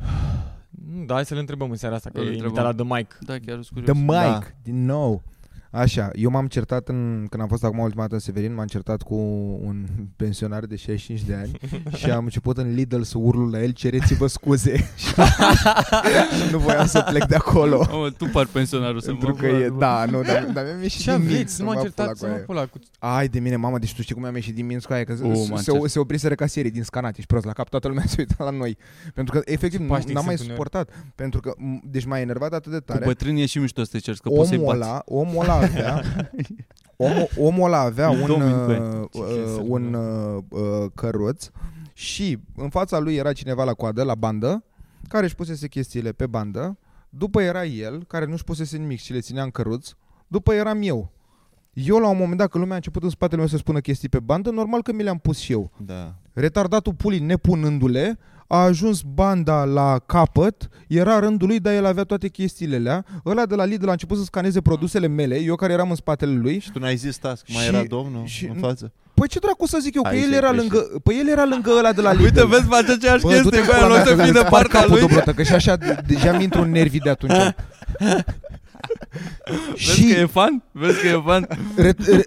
S4: Mm, Da, hai să le întrebăm în seara asta, că
S3: Îl
S4: e
S3: întrebăm.
S4: invitat la The Mike.
S3: Da, chiar sunt
S5: The
S3: curios.
S5: Mike,
S6: Da.
S5: din nou. Așa, eu m-am certat în, când am fost acum ultima dată în Severin, m-am certat cu un pensionar de 65 de ani și am început în Lidl să urlu la el, cereți-vă scuze. și nu voiam să plec de acolo.
S3: Mamă, tu par pensionarul să
S5: Pentru
S3: mă
S5: că e, da, nu, dar, dar mi-am ieșit
S4: Ce
S5: din minți
S4: aveți?
S5: să
S4: Nu
S5: mă
S4: m-am
S5: apuc la
S4: certat să mă
S5: coaie.
S4: pula cu...
S5: Ai de mine, mamă, deci tu știi cum mi-am ieșit din minți cu aia
S4: Uh,
S5: Că
S3: Oh,
S5: se-
S3: m-am
S5: se,
S3: înțeles.
S5: se opriseră casierii din scanat Ești prost la cap, toată lumea se uita la noi Pentru că efectiv nu-
S4: pașnic
S5: n-am mai
S4: sunt uneori.
S5: suportat Pentru că, m- deci m-a enervat atât de
S3: Cu
S5: tare
S3: bătrâni e și mișto să te cerți, că poți să-i
S5: omul
S3: bați.
S5: ăla, omul ăla avea omul, omul ăla avea
S3: În
S5: un,
S3: două minute.
S5: uh,
S3: Ce
S5: uh,
S3: chestie,
S5: un uh, uh, căruț și în fața lui era cineva la coadă, la bandă, care își pusese chestiile pe bandă, după era el, care nu-și pusese nimic și le ținea în căruț, după eram eu. Eu la un moment dat, când lumea a început în spatele meu să spună chestii pe bandă, normal că mi le-am pus și eu.
S6: Da.
S5: Retardatul pulii nepunându-le a ajuns banda la capăt, era rândul lui, dar el avea toate chestiile alea. Ăla de la Lidl a început să scaneze produsele mele, eu care eram în spatele lui.
S6: Tu n-ai zis task, mai
S5: Și-
S6: era domnul
S5: și-
S6: în față.
S5: Păi ce dracu să zic eu, că
S6: Aici
S5: el
S6: e
S5: era
S6: greșit.
S5: lângă, păi el era lângă ăla de la Lidl.
S3: Uite, vezi, face aceeași chestie, bă, în loc să fii de partea
S5: capul
S3: lui.
S5: dobrotă, că și așa de- deja mi intră un nervi de atunci.
S3: Vezi că e fan? Vezi că e fan?
S5: Re- re-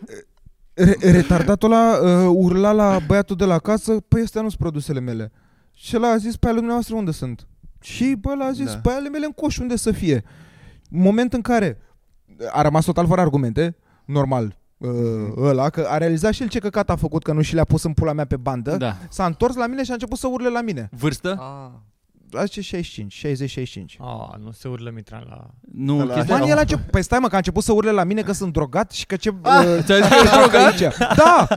S5: re- retardatul ăla uh, urla la băiatul de la casă, păi astea nu sunt produsele mele. Și ăla a zis, pe ale dumneavoastră unde sunt? Și bă, ăla a zis,
S6: Da.
S5: da. pe ale mele în coș, unde să fie? Moment în care a rămas total fără argumente, normal, uh, ăla, că a realizat și el ce căcat a făcut, că nu și le-a pus în pula mea pe bandă,
S3: Da.
S5: s-a întors la mine și a început să urle la mine.
S3: Vârstă?
S5: La ce 65, 60-65.
S4: A, nu se urlă Mitran la...
S3: Nu,
S6: Ăla-
S3: chestia...
S5: Man,
S6: Da.
S5: el a început, păi stai mă, că a început să urle la mine că sunt drogat și că ce... uh,
S3: Ah! Ți-a zis că ești drogat?
S5: aici. Da!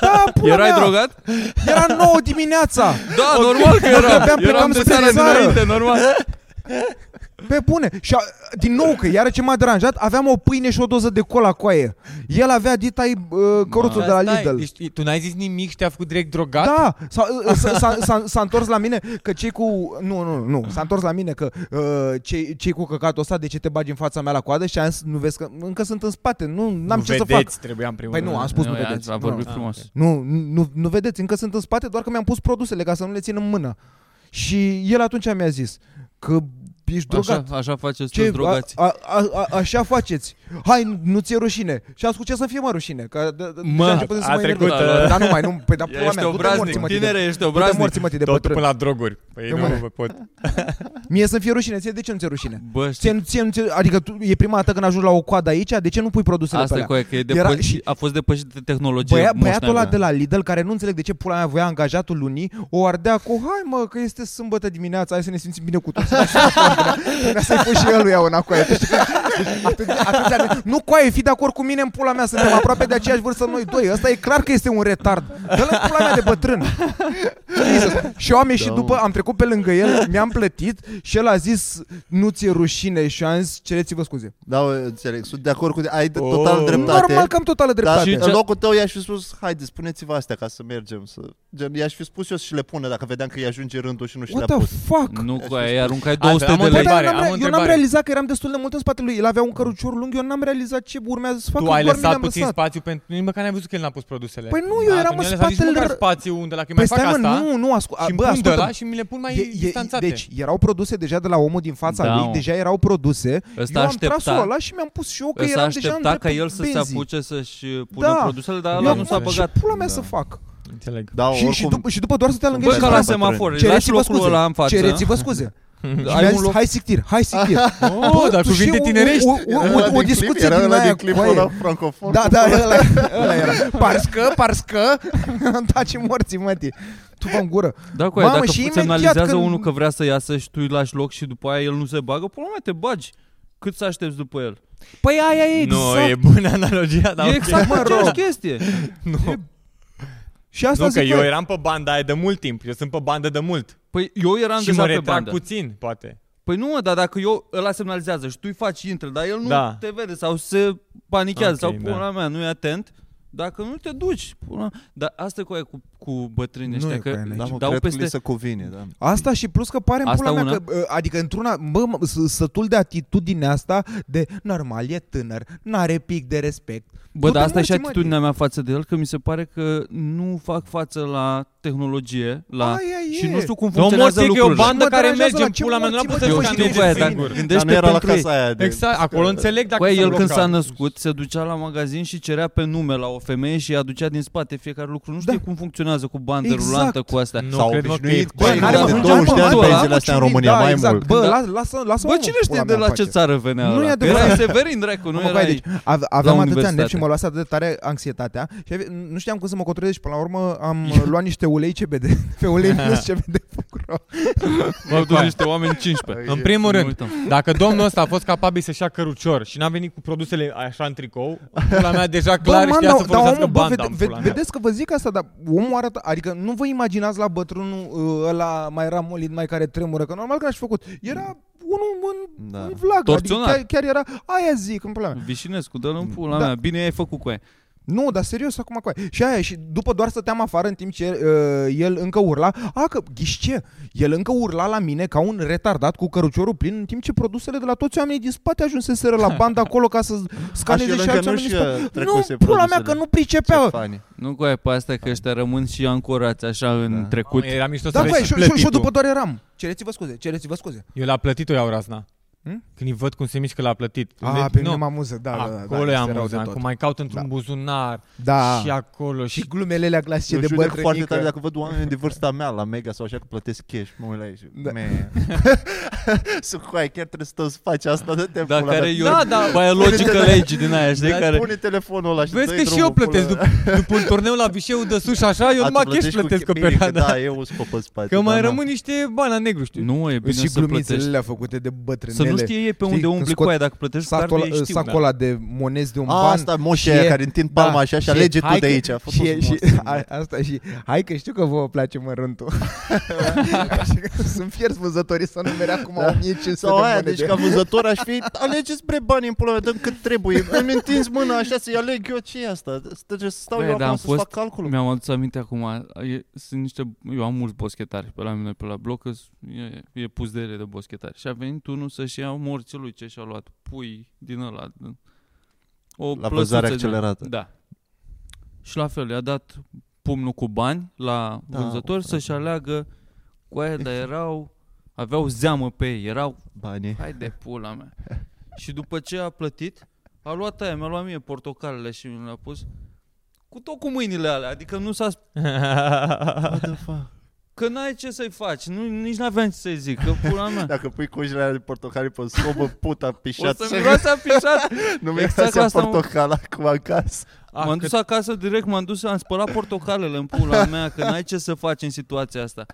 S5: Da, pula
S3: Erai
S5: mea.
S3: drogat?
S5: Era 9 dimineața.
S3: Da, normal că era.
S5: Abia plecam
S3: Eram de
S5: spre
S3: țară
S5: țară.
S3: dinainte, normal.
S5: Pe bune. Și a, din nou că iară ce m-a deranjat, aveam o pâine și o doză de cola coaie. El avea ditai uh, căruțul
S4: Dar
S3: Da.
S5: de la
S4: stai,
S5: Lidl.
S4: Deci, tu n-ai zis nimic și te-a făcut direct drogat?
S5: Da, s-a, s-a, s-a, s-a, s-a întors la mine că cei cu... Nu, nu, nu, s-a întors la mine că uh, cei, cei cu căcatul ăsta, de ce te bagi în fața mea la coadă? Și am zis, nu vezi că încă sunt în spate, nu, n-am
S4: Nu
S5: ce să fac.
S4: vedeți, trebuia în primul
S5: Păi nu,
S4: rând.
S5: am spus nu,
S3: Nu,
S5: vedeți.
S3: A
S5: Nu,
S3: vorbit
S4: nu.
S3: frumos.
S5: Nu, nu, nu vedeți, încă sunt în spate, doar că mi-am pus produsele ca să nu le țin în mână. Și el atunci mi-a zis că ești drogat.
S3: Așa, așa faceți
S5: Ce,
S3: toți drogați.
S5: A, a, a, așa faceți. Hai, nu-ți e rușine. Și am spus ce să fie mă rușine. Că de, de,
S3: Mă,
S5: deja început să
S4: a
S5: mă enervez.
S4: trecut, uh,
S5: Dar
S4: a-
S5: da, nu mai, nu, păi da, pula
S3: Ești
S5: mea, du-te morții,
S3: obraznic,
S5: mă, tine,
S3: tinere, ești
S5: du-te
S3: obraznic.
S5: morții, mă, tine,
S4: Totul până
S5: bătrân.
S4: la droguri. Păi
S5: Eu
S4: nu
S5: mă-
S4: vă pot.
S5: Mie să-mi fie rușine, ție de ce nu ți-e rușine?
S3: Bă, știi,
S5: Ție, nu- ție, nu ți-e- adică tu, e prima dată când ajungi la o coadă aici, de ce nu pui produsele
S3: asta
S5: pe
S3: e
S5: alea?
S3: cu aia, că e
S5: Era
S3: depășit-
S5: și-
S3: a fost depășit de tehnologie.
S5: Băia,
S3: moș
S5: băiatul ăla
S3: neagă.
S5: de la Lidl, care nu înțeleg de ce pula mea voia angajatul lunii, o ardea cu, hai mă, că este sâmbătă dimineața, hai să ne simțim bine cu toți. Vreau da. să-i pui și el lui una cu aia. tu știi că- deci, Atât, atâția de- nu cu aia, fi de acord cu mine în pula mea, suntem aproape de aceeași vârstă noi doi. Ăsta e clar că este un retard. Dă-l în pula mea de bătrân. Jesus. Și eu am ieșit
S6: Da,
S5: după, am trecut pe lângă el, mi-am plătit și el a zis, nu ți-e rușine și am zis, cereți-vă scuze.
S6: Da, mă, înțeleg, sunt de acord cu tine, ai de- total dreptate. Da,
S5: Normal că am totală
S6: Dar
S5: dreptate.
S6: în locul tău i-aș fi spus, haide, spuneți-vă astea ca să mergem. Să... Gen, i-aș fi spus eu și le pună dacă vedeam că îi ajunge rândul și nu și le-a
S5: What the
S6: pus.
S5: fuck?
S3: Nu cu aia, aruncai
S4: Altfel,
S3: 200
S4: am
S3: de
S4: o
S5: Bă,
S3: lei.
S5: dar
S4: întrebare,
S5: eu n-am,
S4: am
S5: rea-
S4: o
S5: eu n-am
S4: întrebare.
S5: realizat că eram destul de mult în spatele lui. El avea un cărucior lung, eu n-am realizat ce urmează să facă.
S4: Tu ai
S5: doar mi
S4: lăsat
S5: l-am
S4: puțin spațiu pentru... Nici măcar n-ai văzut că el n-a pus produsele. Da,
S5: Păi nu, eu eram în spatele...
S4: Nici
S5: r-
S4: spațiu unde, dacă
S5: Păi
S4: mai fac
S5: stai mă,
S4: asta...
S5: nu, nu, ascult. Bă,
S4: Și îmi pun de
S5: ascultă,
S4: ăla și mi le pun mai
S5: E- e-
S4: distanțate.
S5: deci erau produse deja de la omul din fața
S3: Da, mă.
S5: lui, deja erau produse.
S3: Ăsta
S5: eu am
S3: aștepta.
S5: tras ăla și mi-am pus și eu că
S3: Ăsta
S5: eram deja în
S3: aștepta ca
S5: dreptul
S3: el să se
S5: benzii.
S3: apuce să-și pună
S5: Da.
S3: produsele, dar
S5: Eu
S3: ăla
S5: am
S3: nu s-a
S5: zis,
S3: băgat.
S5: Ce pula mea să fac?
S4: Înțeleg.
S6: Da,
S5: și, și,
S6: oricum,
S5: după, și după doar să te
S6: Bă,
S5: alânghești
S3: Bă,
S5: și
S3: ca
S6: Bătrâni.
S3: la
S5: să-
S3: semafor, îi lași
S5: Cereți-vă
S3: locul
S5: scuze,
S3: ăla în față.
S5: cereți-vă scuze. Și mi-a
S3: Ai un
S5: zis,
S3: loc
S5: hai sictir, hai sictir.
S4: Oh, dar
S5: tu știi,
S4: cuvinte
S5: o- o-
S4: tinerești.
S5: o- o-
S6: Era ăla
S5: O
S6: din clip,
S5: discuție
S6: era
S5: din
S6: ăla
S5: aia
S6: din
S5: cu
S6: clipul
S5: aia.
S6: ăla francofon.
S5: Da, da, ăla, ăla era. Parscă, parscă, taci morții, măti. Tu vă în gură.
S3: Da, cu aia,
S5: Mamă,
S3: dacă
S5: și imediat
S3: semnalizează
S5: când-
S3: unul că vrea să iasă și tu îi lași loc și după aia el nu se bagă, până la te bagi. Cât să aștepți după el?
S5: Păi aia e
S4: Nu, e bună analogia, dar
S3: e
S4: ok.
S3: exact
S5: Mă rog.
S3: aceeași chestie.
S5: Și asta
S4: Nu, că
S5: zic,
S4: eu
S5: bă,
S4: eram pe banda aia de mult timp. Eu sunt pe bandă de mult.
S3: Păi eu eram
S4: Și
S3: deja
S4: mă
S3: pe
S4: retrag
S3: bandă.
S4: puțin, poate.
S3: Păi nu, mă, dar dacă eu ăla semnalizează și tu îi faci intră, dar el nu
S4: Da.
S3: te vede sau se panichează
S4: Ok,
S3: sau pula
S4: da.
S3: mea, nu e atent. Dacă nu te duci, pula... Dar asta e cu aia cu, cu bătrânii
S5: Nu
S3: ăștia,
S5: e cu
S3: că
S5: aia,
S6: Da, mă,
S3: dau
S6: cred că
S3: peste...
S6: li se cuvine, da.
S5: Asta și plus că pare în
S3: Asta
S5: pula
S3: una.
S5: mea că, uh, adică într-una, bă, mă, s- sătul de atitudine asta de normal, e tânăr, n-are pic de respect.
S3: Bă,
S5: Du-te
S3: dar asta e și
S5: morții, mă,
S3: atitudinea mea față de el, că mi se pare că nu fac față la tehnologie, la...
S5: Aia e.
S3: și nu știu cum
S4: Domnul
S3: funcționează
S4: Ortega e o
S3: lucrurile.
S4: bandă
S5: Mă
S4: care
S5: deranjează
S4: merge
S5: la
S4: în
S5: ce
S4: pula mea, nu
S5: morții,
S4: pot
S5: mă,
S4: să
S5: te
S3: Eu știu
S5: Păi știi,
S3: cu aia,
S5: singur.
S3: dar
S6: Dar nu
S3: gândește
S6: era la
S3: pentru ei.
S6: casa aia de...
S4: Exact, acolo înțeleg dacă
S3: Cu aia,
S4: sunt
S3: el când
S4: blocat.
S3: s-a născut, se ducea la magazin și cerea pe nume la o femeie și îi aducea din spate fiecare lucru. Nu știu
S5: Da.
S3: cum funcționează cu bandă
S5: Exact.
S3: rulantă, cu astea.
S4: Nu,
S6: S-au
S4: cred mă că e...
S6: obișnuit cu
S5: Bă,
S6: ei
S5: n-are
S6: de
S5: mă,
S6: 20 de
S5: hai,
S6: ani
S5: mă, hai,
S6: pensiile
S5: mă,
S6: astea
S5: ciudit,
S6: în România,
S5: da,
S6: mai
S5: exact.
S6: mult.
S5: Bă,
S3: Da.
S5: la- lasă, lasă
S3: Bă, cine știe de la ce țară venea
S5: Nu e
S3: ăla? Că
S5: adevărat.
S3: Erai Severin Dracu, nu
S5: Mă, băi,
S3: erai...
S5: deci, ave- aveam atâtea
S3: universitate.
S5: nervi și mă luase atât de tare anxietatea și ave- nu știam cum să mă controlez și până la urmă am uh, luat niște ulei CBD, pe ulei minus CBD Fucro.
S3: Mă duc niște oameni 15.
S4: În primul
S3: Nu
S4: rând,
S3: uităm.
S4: dacă domnul ăsta a fost capabil să-și ia cărucior și n-a venit cu produsele așa în tricou, pula mea deja clar
S5: Bă, man,
S4: știa să
S5: dar
S4: folosească
S5: omul, bă,
S4: banda în
S5: vede-
S4: pula mea.
S5: vedeți că vă zic asta, dar omul arată, adică nu vă imaginați la bătrânul uh, ăla mai ramolit, mai care tremură, că normal că n-aș fi făcut. Era unul în,
S6: Da.
S5: da. în vlag, adică
S3: Torționat.
S5: chiar, chiar, era, aia zic, în plan.
S3: Vișinescu, dă-l în pula
S5: Da.
S3: mea. Bine ai făcut cu aia.
S5: Nu, dar serios, acum cu aia. Și aia, și după doar stăteam afară în timp ce uh, el încă urla, a, că, ghiși ce, el încă urla la mine ca un retardat cu căruciorul plin, în timp ce produsele de la toți oamenii din spate ajunseseră la banda acolo ca să
S6: Așa,
S5: scaneze
S6: el
S5: și
S6: încă
S5: alți
S6: nu
S5: oameni din
S6: și-a
S5: spate.
S6: trecuse
S5: Nu, pula mea,
S6: produsele.
S5: că nu
S6: Ce
S5: pricepea.
S6: fani.
S3: Nu cu aia pe asta că ăștia rămân și ancorați așa în
S6: Da.
S3: trecut.
S4: Mamă, Era mișto să
S5: Da,
S4: vezi
S5: băi, și,
S4: și
S5: și, și eu
S4: plătitul.
S5: după doar eram. Cereți-vă scuze, cereți-vă scuze.
S4: Eu l-a plătit-o iau razna.
S5: Hmm?
S4: Când îi văd cum se mișcă l-a plătit.
S5: A,
S4: Le-
S5: Ah, pe
S4: nu,
S5: mine mă amuză, da, da, da.
S4: Acolo
S5: da,
S4: e
S5: este rău de
S4: amuzant,
S5: tot.
S4: cum mai caut într-un buzunar
S5: Da.
S4: și acolo și
S5: Și glumele alea clasice
S6: Eu
S5: de
S6: judec foarte
S5: bătrânică.
S6: tare dacă văd oameni de vârsta mea la Mega sau așa că plătesc cash, mă uit la ei și...
S5: Da.
S6: man. Sunt cu aia, chiar trebuie să te să faci asta, dă-te
S3: Da,
S6: pula
S3: care
S6: mea.
S3: e da, da. biological age din aia, știi?
S5: Da,
S6: Dar
S3: Care...
S6: da, pune telefonul ăla și
S4: Vezi
S6: dă-i
S4: că și
S6: drumul,
S4: eu plătesc
S6: pula
S4: după, după un turneu la vișeu de sus și așa, eu
S6: A,
S4: numai
S6: tu
S4: cash
S6: plătești
S4: plătesc
S6: cu
S4: o
S6: bine, că
S4: perioadă.
S6: Da, e un scop în spate.
S4: Că mai
S6: da, mă.
S4: rămân niște bani la negru, știi?
S3: Nu, e bine
S5: Păi Și
S3: să
S5: glumițele
S3: plătești.
S5: alea făcute de bătrânele.
S3: Să nu știe ei pe
S5: Știi,
S3: unde
S5: când
S3: umbli cu
S5: scot
S3: aia, dacă plătești cu
S5: sacul,
S3: cardul,
S5: ăla-
S3: ei știu. da.
S5: sacul ăla de monezi de un
S6: A,
S5: ban.
S6: asta,
S5: și
S6: moșii aia
S5: e-
S6: care întind palma
S5: da,
S6: așa și
S5: și
S6: alege tu
S5: hai
S6: de
S5: că-
S6: aici. A fost
S5: și, e-
S6: frumos.
S5: și a, asta și hai că știu că vouă place mărântul. și că sunt fierți vânzătorii să numere acum
S6: Da.
S5: 1500
S6: Sau
S5: de
S6: aia,
S5: monede.
S6: deci ca vânzător aș fi Alegeți bre banii în pula mea, dăm cât trebuie Îmi întinzi mâna așa să-i aleg eu ce e asta Trebuie să stau
S3: Băi,
S6: eu
S3: dar
S6: acum
S3: am
S6: să
S3: fost-
S6: fac calculul
S3: Mi-am adus aminte acum, e, sunt niște, eu am mulți boschetari pe la mine, pe la bloc, că s- e, e pus de ele de boschetari. Și a venit unul să-și ia morții lui ce și-a luat pui din ăla. din- O
S6: La vânzare
S3: plăsuță din-
S6: accelerată.
S3: Da. Și la fel, i-a dat pumnul cu bani la
S6: Da,
S3: vânzător
S6: o,
S3: să-și
S6: frate.
S3: aleagă cu aia, dar erau, aveau zeamă pe ei, erau
S6: Banii
S3: Hai de pula mea. și după ce a plătit, a luat aia, mi-a luat mie portocalele și mi le-a pus cu tot cu mâinile alea, adică nu s-a sp- Că n-ai ce să-i faci, nu, nici n-aveam ce să-i zic, că pula mea.
S6: Dacă pui cojile alea de portocale pe sobă, puta
S3: O
S6: pișat
S3: să miroase a pișat.
S6: Nu mi-e
S3: exact
S6: exact
S3: asta am-
S6: portocala acum acasă
S4: Ah,
S3: m-am
S4: că-
S3: dus acasă direct, m-am dus, am spălat portocalele în pula mea, că n-ai ce să faci în situația asta.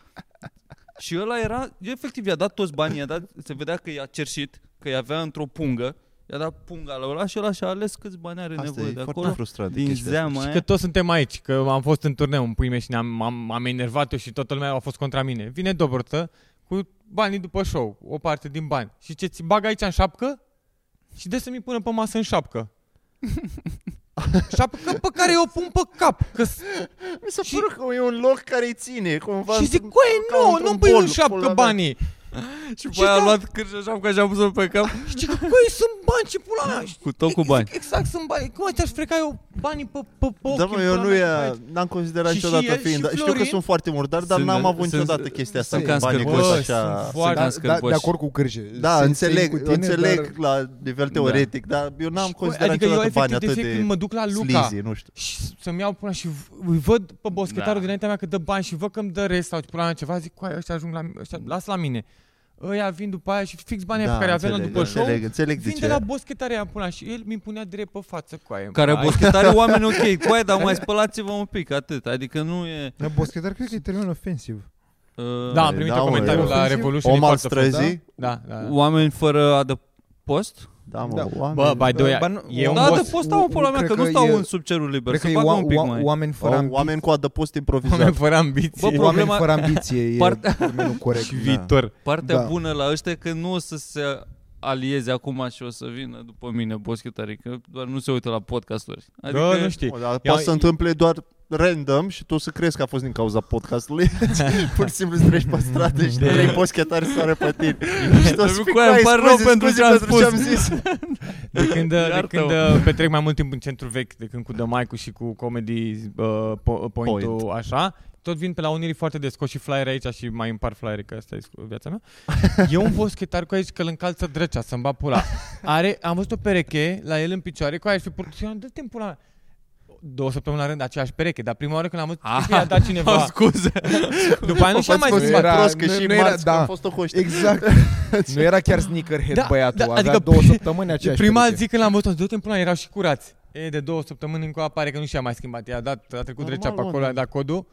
S3: Și ăla era, efectiv, i-a dat toți banii, i-a dat, se vedea că i-a cerșit, că i-avea într-o pungă I-a dat punga la ăla și ăla și-a ales câți bani are
S6: Asta
S3: nevoie
S6: e
S3: de
S6: foarte
S3: acolo.
S6: frustrant.
S3: Din
S6: chestia asta.
S3: zeama
S4: Și
S3: aia.
S4: că toți suntem aici, că am fost în turneu în pui mei și ne-am am, am enervat-o și toată lumea a fost contra mine. Vine Dobrtă cu banii după show, o parte din bani. Și ce ți bag aici în șapcă? Și de să mi pună pe masă în șapcă. șapcă pe care eu o pun pe cap. Că s-
S6: Mi se
S4: Și-
S6: pare că e un loc care îi ține cumva.
S4: și zic,
S6: într-un- ca
S4: "Coe, nu,
S6: într-un
S4: nu-mi pui în
S6: bol, pula
S4: șapcă
S6: mea."
S4: banii.
S3: Și
S4: Și
S3: băia a
S4: da.
S3: luat cârșa așa că și-a pus-o pe cap
S4: Și zic, "Coe, sunt bani, ce pula mea.
S3: cu tot cu bani.
S4: Exact, sunt bani. Cum ți-aș freca eu banii pe, pe, pe
S6: Da,
S4: ochi,
S6: mă,
S4: în
S6: eu
S4: pula
S6: nu
S4: mea,
S6: e,
S4: aici?
S6: n-am considerat
S4: Și- și
S6: niciodată
S4: el și
S6: fiind, dar știu că
S4: Florin-
S6: sunt foarte murdar, dar
S3: Sunt-
S6: n-am avut
S3: sunt-
S6: niciodată chestia asta
S3: sunt
S6: cu banii
S3: cancel-
S6: cu
S3: Bă,
S6: așa.
S3: sunt foarte-
S5: da, da,
S3: scârboși.
S5: de acord cu cârje.
S6: Da,
S5: Se- se
S6: înțeleg,
S5: cu tine,
S6: înțeleg
S5: dar-
S6: la nivel teoretic, dar, eu n-am
S4: Coe,
S6: considerat
S4: Da. adică eu
S6: niciodată
S4: efectiv
S6: bani
S4: de
S6: atât
S4: fiecare
S6: de
S4: când mă duc la Luca,
S6: slizy, nu știu.
S4: Și să-mi iau pula și v- îi văd pe boschetarul
S3: Da.
S4: da. dinaintea mea că dă bani și văd că îmi dă rest sau pula mea ceva, zic, coai, ăștia ajung la mi- ăștia, las la mine. Ăia vin după aia și fix banii da, pe care aveam la
S6: înțeleg,
S4: după show,
S6: Înțeleg, înțeleg de
S4: vin
S6: ce.
S4: de la boschetarea aia pula și el mi punea drept pe față cu aia.
S3: Care
S4: Ai-
S3: boschetare oameni ok, coai, dar mai spălați-vă un pic, atât. Adică nu e...
S5: Dar boschetar cred că e termen ofensiv.
S3: Uh,
S4: Da, am primit
S6: Da,
S4: un
S6: mă,
S4: comentariu
S6: eu-
S4: la Revolution.
S6: Om
S4: e
S6: al
S4: foarte frumos.
S6: străzii?
S4: Da, da. da.
S3: uh, Oameni fără adăpost?
S6: Da,
S5: Da.
S6: mă, oameni.
S4: Bă, by the way,
S5: Ba nu,
S4: e
S5: o-
S4: un
S3: Da,
S4: boss.
S3: adăpost au pula mea,
S5: Cred
S3: că nu
S5: că
S3: stau
S5: e-
S3: în sub cerul liber,
S5: Cred că
S3: să
S5: e
S3: facă
S5: oa-
S3: un pic
S5: oa-
S3: mai.
S5: oameni fără
S6: Oameni,
S5: ambiție.
S6: oameni cu adăpost improvizat.
S4: Oameni fără ambiție.
S3: Bă,
S4: Bă,
S5: Oameni
S3: problema-
S5: fără ambiție e
S3: Partea-
S5: termenul corect.
S6: Da.
S4: viitor.
S3: Partea
S5: Da.
S3: bună la ăștia e că nu o să se alieze acum și o să vină după mine boschetarii, că doar nu se uită la podcasturi. Adică
S4: Bă, nu știi.
S6: Mă, dar
S4: Ia-
S6: poate să întâmple doar random și tu să crezi că a fost din cauza podcastului. Pur și simplu îți treci pe stradă și de
S4: Da.
S6: trei poschetari soare pe tine. și tu o să
S3: Dar,
S6: fii
S3: Coaie, îmi pare rău
S6: scuze,
S3: pentru
S6: scuze
S3: ce am spus."
S6: ce am zis.
S4: De când, de
S3: Iartă-mă.
S4: când uh, petrec mai mult timp în centru vechi, de când cu Dămaicu și cu Comedy uh, po- Point-ul
S6: Point.
S4: așa, tot vin pe la Unirii foarte des, scot și flyere aici și mai împar flyere, că asta e scu- viața mea. E un boschetar cu aici că îl încalță drăcea, să-mi bat pula. Are, am văzut o pereche la el în picioare, cu aia și pe purtă, și eu am dă pula mea. Două săptămâni la rând, aceeași pereche, dar prima oară când am văzut, ah, i-a dat
S3: Au
S4: cineva.
S3: scuze.
S4: După aia nu și-a mai
S5: fost
S4: zis,
S5: era-
S4: "Bă,
S6: prost că
S5: nu-
S6: și
S5: nu era-
S6: marți că
S5: da.
S6: am fost o hoștie.
S5: Exact. nu era chiar sneakerhead
S4: Da,
S5: băiatul,
S4: da,
S5: avea
S4: adică
S5: două
S4: pri-
S5: săptămâni aceeași
S4: Prima
S5: pereche.
S4: zi când l-am văzut, du-te în pula, mea, erau și curați. E, de două săptămâni încă apare că nu și-a mai schimbat. I-a dat, a trecut
S6: Normal,
S4: drecea pe
S6: mă,
S4: acolo,
S6: da.
S4: a dat codul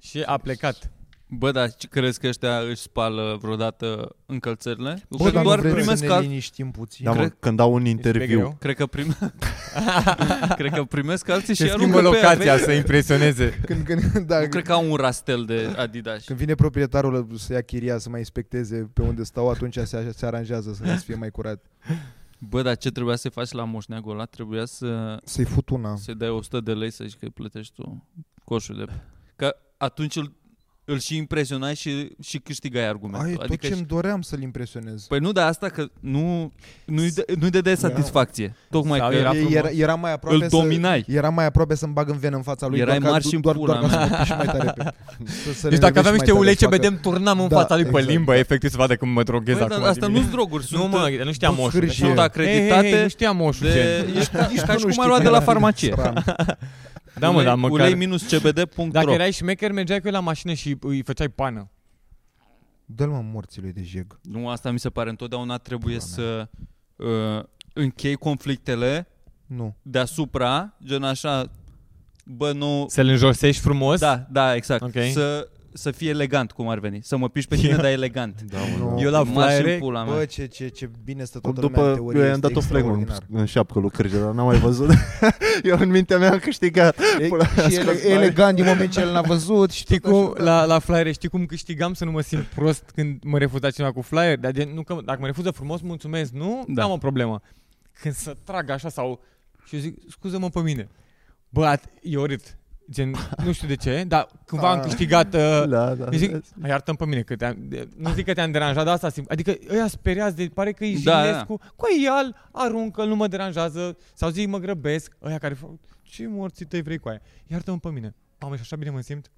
S4: și a plecat.
S3: Bă, dar ce crezi că ăștia își spală vreodată încălțările? Eu
S5: Bă,
S3: cred că
S5: dar
S3: doar
S5: nu vreți
S3: primesc
S5: să
S3: ca...
S5: ne liniștim puțin.
S6: Da, mă,
S3: Cred-
S6: când dau un
S4: Este
S6: interviu,
S4: greu.
S3: Cred că, prim... cred că primesc alții
S4: Se
S3: și
S4: schimbă
S3: aruncă pe
S4: locația
S3: ea.
S4: să impresioneze.
S5: Când, când, da,
S3: Nu cred că au un rastel de Adidas.
S5: când vine proprietarul ăla să ia chiria să mai inspecteze pe unde stau, atunci se, se aranjează să fie mai curat.
S3: Bă, dar ce trebuia să faci la moșneagul ăla? Trebuia să
S5: Să-i fut una.
S3: să dai 100 de lei să zici că îi plătești tu coșul de... Că atunci îl, îl și impresionai și, și câștigai
S5: Ai,
S3: argumentul.
S5: tot ce-mi
S3: adică și...
S5: doream să-l impresionez.
S3: Păi nu, dar asta că nu, nu-i, de, nu-i dădeai satisfacție. Tocmai
S4: Sau
S3: că
S4: era
S3: era,
S5: E-
S4: frumos.
S5: era, era mai aproape
S3: Îl
S5: să-
S3: dominai.
S5: Era mai aproape să-mi bag în venă în fața lui.
S3: Erai
S5: doar ca-
S3: mari și în
S5: doar,
S3: pula
S5: doar ca
S3: mea.
S5: să mă piși mai tare pe să se
S4: Deci dacă
S5: enervezi mai
S4: aveam niște
S5: tare
S4: ulei
S5: și
S4: ce
S5: facă-
S4: vedem, turnam în
S5: Da,
S4: fața lui pe
S5: exact.
S4: limbă, efectiv să vadă cum mă droghez
S3: Bă,
S4: acum.
S3: dar Păi, asta nu-s
S4: dimineața.
S3: droguri,
S4: Nu
S3: sunt, uh,
S4: mă, nu știam moșul.
S5: scârșii.
S3: sunt
S5: Hei,
S3: acreditate
S4: Hei, hei, nu știam moșul.
S3: de...
S4: gen.
S3: Ești ca,
S5: Nici
S3: ca
S5: tu
S3: și
S5: nu
S3: cum ai
S5: știi
S3: luat de
S5: că
S3: la
S5: era
S3: farmacie.
S5: sram.
S4: Da, mă, dar măcar...
S3: Ulei-cbd.ro
S4: Dacă erai șmecher, mergeai cu el la mașină și îi făceai pană.
S5: Dă-l mă morții lui de jeg.
S3: Nu, asta mi se pare întotdeauna trebuie să uh, închei conflictele
S5: Nu.
S3: deasupra, gen așa, bă, nu...
S4: Să-l înjorsești frumos?
S3: Da, da, exact.
S4: Ok.
S3: Să, să fie elegant, cum ar veni. Să mă piși pe tine, dar elegant.
S6: Da, mă,
S5: Nu.
S6: da.
S4: Eu la
S3: Marș în
S4: flyere...
S3: pula mea.
S5: Bă, ce, ce, ce bine stă
S6: Cum
S5: toată lumea în
S6: după
S5: teorie.
S6: eu i-am
S5: este
S6: dat o flag în,
S5: extraordinar.
S6: în șapcă lui Cârge, dar n-am mai văzut. eu în mintea mea am câștigat. Pula mea,
S5: E, și ele,
S6: scos bani.
S5: elegant din moment ce el n-a văzut și
S4: Știi
S5: tot
S4: cum,
S5: așa. da.
S4: la, la flyere, știi cum câștigam să nu mă simt prost când mă refuza cineva cu flyer? Dar de, nu că, dacă mă refuză frumos, mulțumesc, nu?
S3: Da.
S4: Da. N-am o problemă. Când să trag așa sau... Și eu zic, scuză-mă pe mine. Bă, at, e urât. Gen, nu știu de ce, dar cândva am
S5: Ah.
S4: câștigat... Uh,
S6: Da, da.
S4: mi zic, "Hai, iartă-mi pe mine, că te-am, de- nu zic că te-am deranjat, dar asta simt. Adică ăia speriați, de, pare că îi
S3: Da, da.
S4: jignesc cu, cu al, aruncă, nu mă deranjează, sau zic, mă grăbesc, ăia care fac, ce morții tăi vrei cu aia? Iartă-mă pe mine. Mamă, și așa bine mă simt.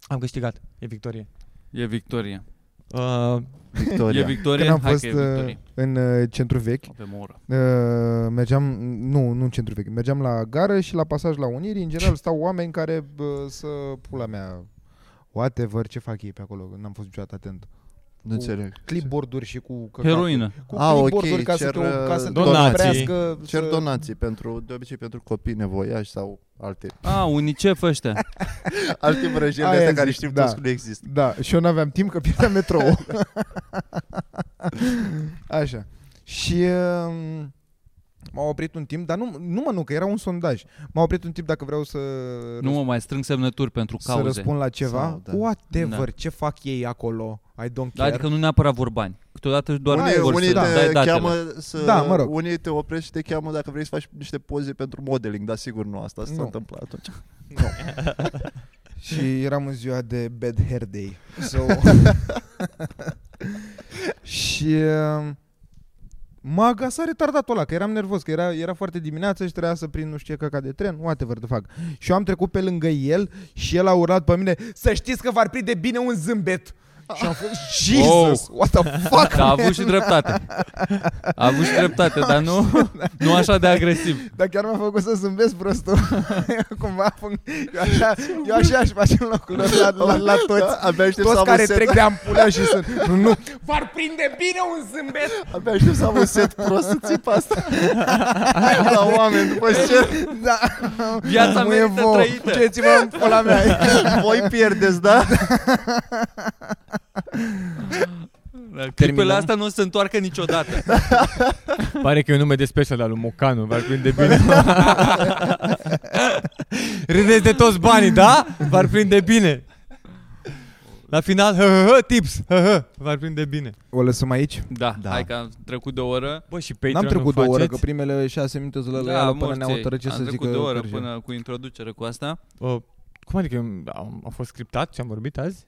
S4: Am câștigat. E victorie.
S3: E victorie.
S4: Uh,
S3: E
S6: Victoria.
S3: victorie,
S5: Când am
S3: hai
S5: fost
S3: că e
S5: uh,
S3: victorie.
S5: în uh, centru vechi,
S3: Avem o oră.
S5: Uh, mergeam, nu, nu în centru vechi, mergeam la gară și la pasaj la Unirii, în general stau oameni care bă, să pula mea, whatever, ce fac ei pe acolo, n-am fost niciodată atent.
S6: Nu înțeleg.
S5: Clipboard-uri și cu căcaturi.
S3: Heroină.
S5: Cu
S6: Ah, ok,
S5: clipboard-uri ca, să
S6: cer, uh,
S5: te, ca să te
S4: donații.
S5: oprească.
S6: Cer
S5: să-
S6: donații pentru, de obicei pentru copii nevoiași sau alte,
S3: A, UNICEF ăștia.
S6: alte vrăjeli
S5: Aia
S6: astea
S5: zic,
S6: care știm
S5: da.
S6: toți că nu există.
S5: Da, și eu n-aveam timp că pierdeam metrou. Așa. Și um, M-au oprit un timp, dar nu, nu mă, nu, că era un sondaj. M-au oprit un timp dacă vreau să,
S3: Nu mă mai strâng semnături pentru
S5: să
S3: cauze.
S5: răspund la ceva.
S6: Sau, da.
S5: Whatever,
S3: Da.
S5: ce fac ei acolo, I don't
S3: Da,
S5: care.
S3: adică nu neapărat vorbani. Câteodată doar
S6: Unii,
S3: vor
S6: unii
S3: să
S6: te
S3: dai datele.
S6: cheamă să,
S5: Da, mă rog.
S6: Unii te opresc și te cheamă dacă vrei să faci niște poze pentru modeling, dar sigur nu asta s-a
S5: Nu.
S6: întâmplat atunci.
S5: Și eram în ziua de Bad Hair Day. So... și uh, m-a agasat retardatul ăla, că eram nervos, că era, era foarte dimineață și trebuia să prind nu știu ce căca de tren, whatever de fac. Și eu am trecut pe lângă el și el a urlat pe mine, să știți că v-ar prinde bine un zâmbet. Și am fost, Jesus, what the fuck,
S3: Dar a
S5: man?"
S3: avut și dreptate. A avut și dreptate, dar nu, nu așa de agresiv.
S5: Dar chiar m-a făcut să zâmbesc prostul Cumva func- eu așa, eu așa aș face în locul lor la, la, la toți
S6: Abia aștept să
S5: Toți
S6: am
S5: care
S6: un set,
S5: trec de ampulea și sunt Nu, nu,
S4: V-ar prinde bine un zâmbet!
S6: abia aștept să am un set prost să țip asta. la oameni, după ce
S5: da
S3: Viața
S5: Nu e
S3: merită
S5: vouă.
S3: trăită.
S5: Duceți-vă în pula mea
S6: voi pierdeți, da?
S3: Clipele astea nu o să se întoarcă niciodată.
S4: Pare că e un nume de special al lui Mocanu, v-ar prinde bine. Râdeți de toți banii, da? V-ar prinde bine. La final, hă, hă, hă, tips, hă, hă, v-ar prinde bine.
S5: O lăsăm aici?
S3: Da, da, hai că am trecut de o oră.
S4: Bă, și Patreon
S5: N-am trecut două ore, că
S4: prim...
S5: primele șase minute zile
S3: Da,
S5: da, până ne-am
S3: morții.
S5: hotărât ce
S3: am
S5: să zică
S3: trecut de o oră
S5: Cărge.
S3: până cu introducere cu asta.
S4: Cum adică am, a fost scriptat ce am vorbit azi?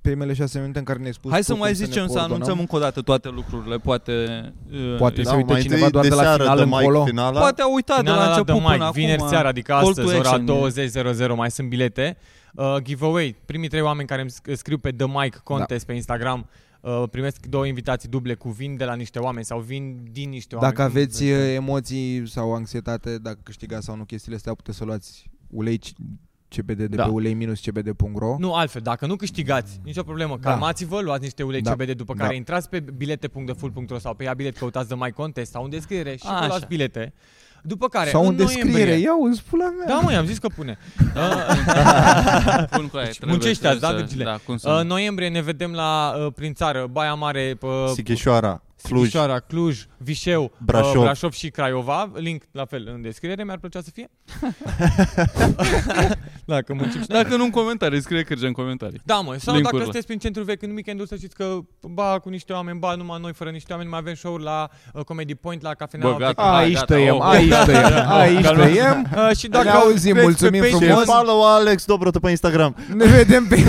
S5: Primele șase minute în care ne-ai spus
S3: Hai
S5: tu
S3: să
S5: cum
S3: mai
S5: ne
S3: zicem, să
S5: coordonăm.
S3: anunțăm încă o dată toate lucrurile. Poate, uh,
S5: Poate să Deci,
S6: Da,
S5: uite
S6: mai
S5: cineva
S6: întâi
S5: doar
S6: de
S5: de la
S6: seară
S5: final
S6: dăm mic
S5: încolo
S6: finala.
S3: poate a uitat Da, de la început
S4: dăm Da, mai,
S3: până
S4: vineri
S3: acum.
S4: seara, adică
S3: Call
S4: astăzi,
S3: to
S4: ora
S3: action.
S4: 20.00, mai sunt bilete. Uh, giveaway, primii trei oameni care îmi sc- scriu pe The Mike Contest pe Instagram uh, primesc două invitații duble cu vin de la niște oameni sau vin din niște oameni.
S5: Dacă
S4: cum
S5: aveți
S4: vreți.
S5: eh, emoții sau anxietate, dacă câștigați sau nu chestiile astea, puteți să luați ulei c- CBD de
S4: Da.
S5: pe ulei-cbd.ro
S4: Nu, altfel, dacă nu câștigați, nicio problemă,
S5: Da.
S4: calmați-vă, luați niște ulei
S5: Da.
S4: CBD după care
S5: Da.
S4: intrați pe bilete.deful.ro sau pe ia bilet, căutați de mai contest sau în descriere și
S3: A,
S4: vă luați
S3: așa.
S4: bilete. După care,
S5: Sau în descriere,
S4: noiembrie,
S5: ia uzi pula mea
S4: da, mă, i-am zis că pune. Da,
S3: Bun, cu aia, trebuie
S4: muncește
S3: să-
S4: azi, da,
S3: să-
S4: Virgile?
S3: Deci, Da, cum
S4: Uh,
S3: să...
S4: în noiembrie ne vedem la uh, prin țară, Baia Mare, uh,
S6: Sighișoara, Cluj.
S4: Sighișoara, Cluj, Vișeu,
S6: Brașov.
S4: Uh, Brașov și Craiova. Link la fel în descriere, mi-ar plăcea să fie. Da, Dacă muncim și
S3: Dacă nu în comentarii, scrie Cârge în comentarii.
S4: Da, mă, sau dacă
S3: Link-urile.
S4: sunteți prin centru vechi în weekendul să știți că ba cu niște oameni, ba numai noi fără niște oameni, mai avem show-uri la uh, Comedy Point, la cafeneaua.
S3: Bă, gata. Hai,
S5: Aici
S3: gata,
S5: tăiem,
S3: oh.
S5: aici tăiem, aici
S3: Calma.
S5: tăiem
S4: Uh, și dacă
S5: Ne auzim,
S4: vreți pe
S5: mulțumim
S4: Patreon-
S5: frumos.
S6: Și follow Alex Dobrotă pe Instagram.
S5: Ne vedem pe...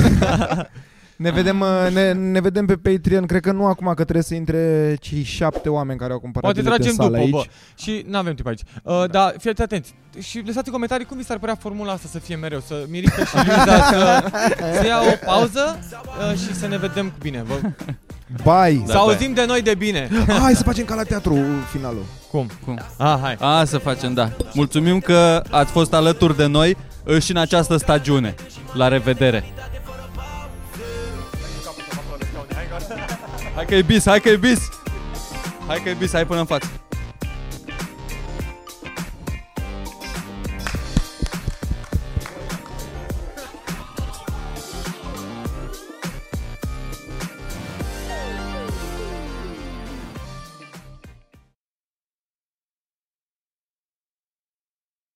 S5: Ne vedem, uh, ne, ne vedem pe Patreon, cred că nu acum, că trebuie să intre cei șapte oameni care au cumpărat
S4: Poate
S5: bilete
S4: tragem
S5: în sală
S4: după,
S5: aici.
S4: bă. Și nu avem timp aici. Uh, da. Dar fiți atenți. Și lăsați în comentarii cum vi s-ar părea formula asta să fie mereu, să Mirica și Liza să, să ia o pauză uh, și să ne vedem cu bine. Vă,
S5: Bye!
S4: da,
S3: Da,
S4: să auzim de noi de bine.
S5: Ah, hai să facem ca la teatru uh, finalul.
S4: Cum?
S3: Cum?
S4: Ah, hai.
S3: A, să facem, da. Mulțumim că ați fost alături de noi uh, și în această stagiune. La revedere! Hai că e bis, hai că e bis! Hai că e bis, hai până în față!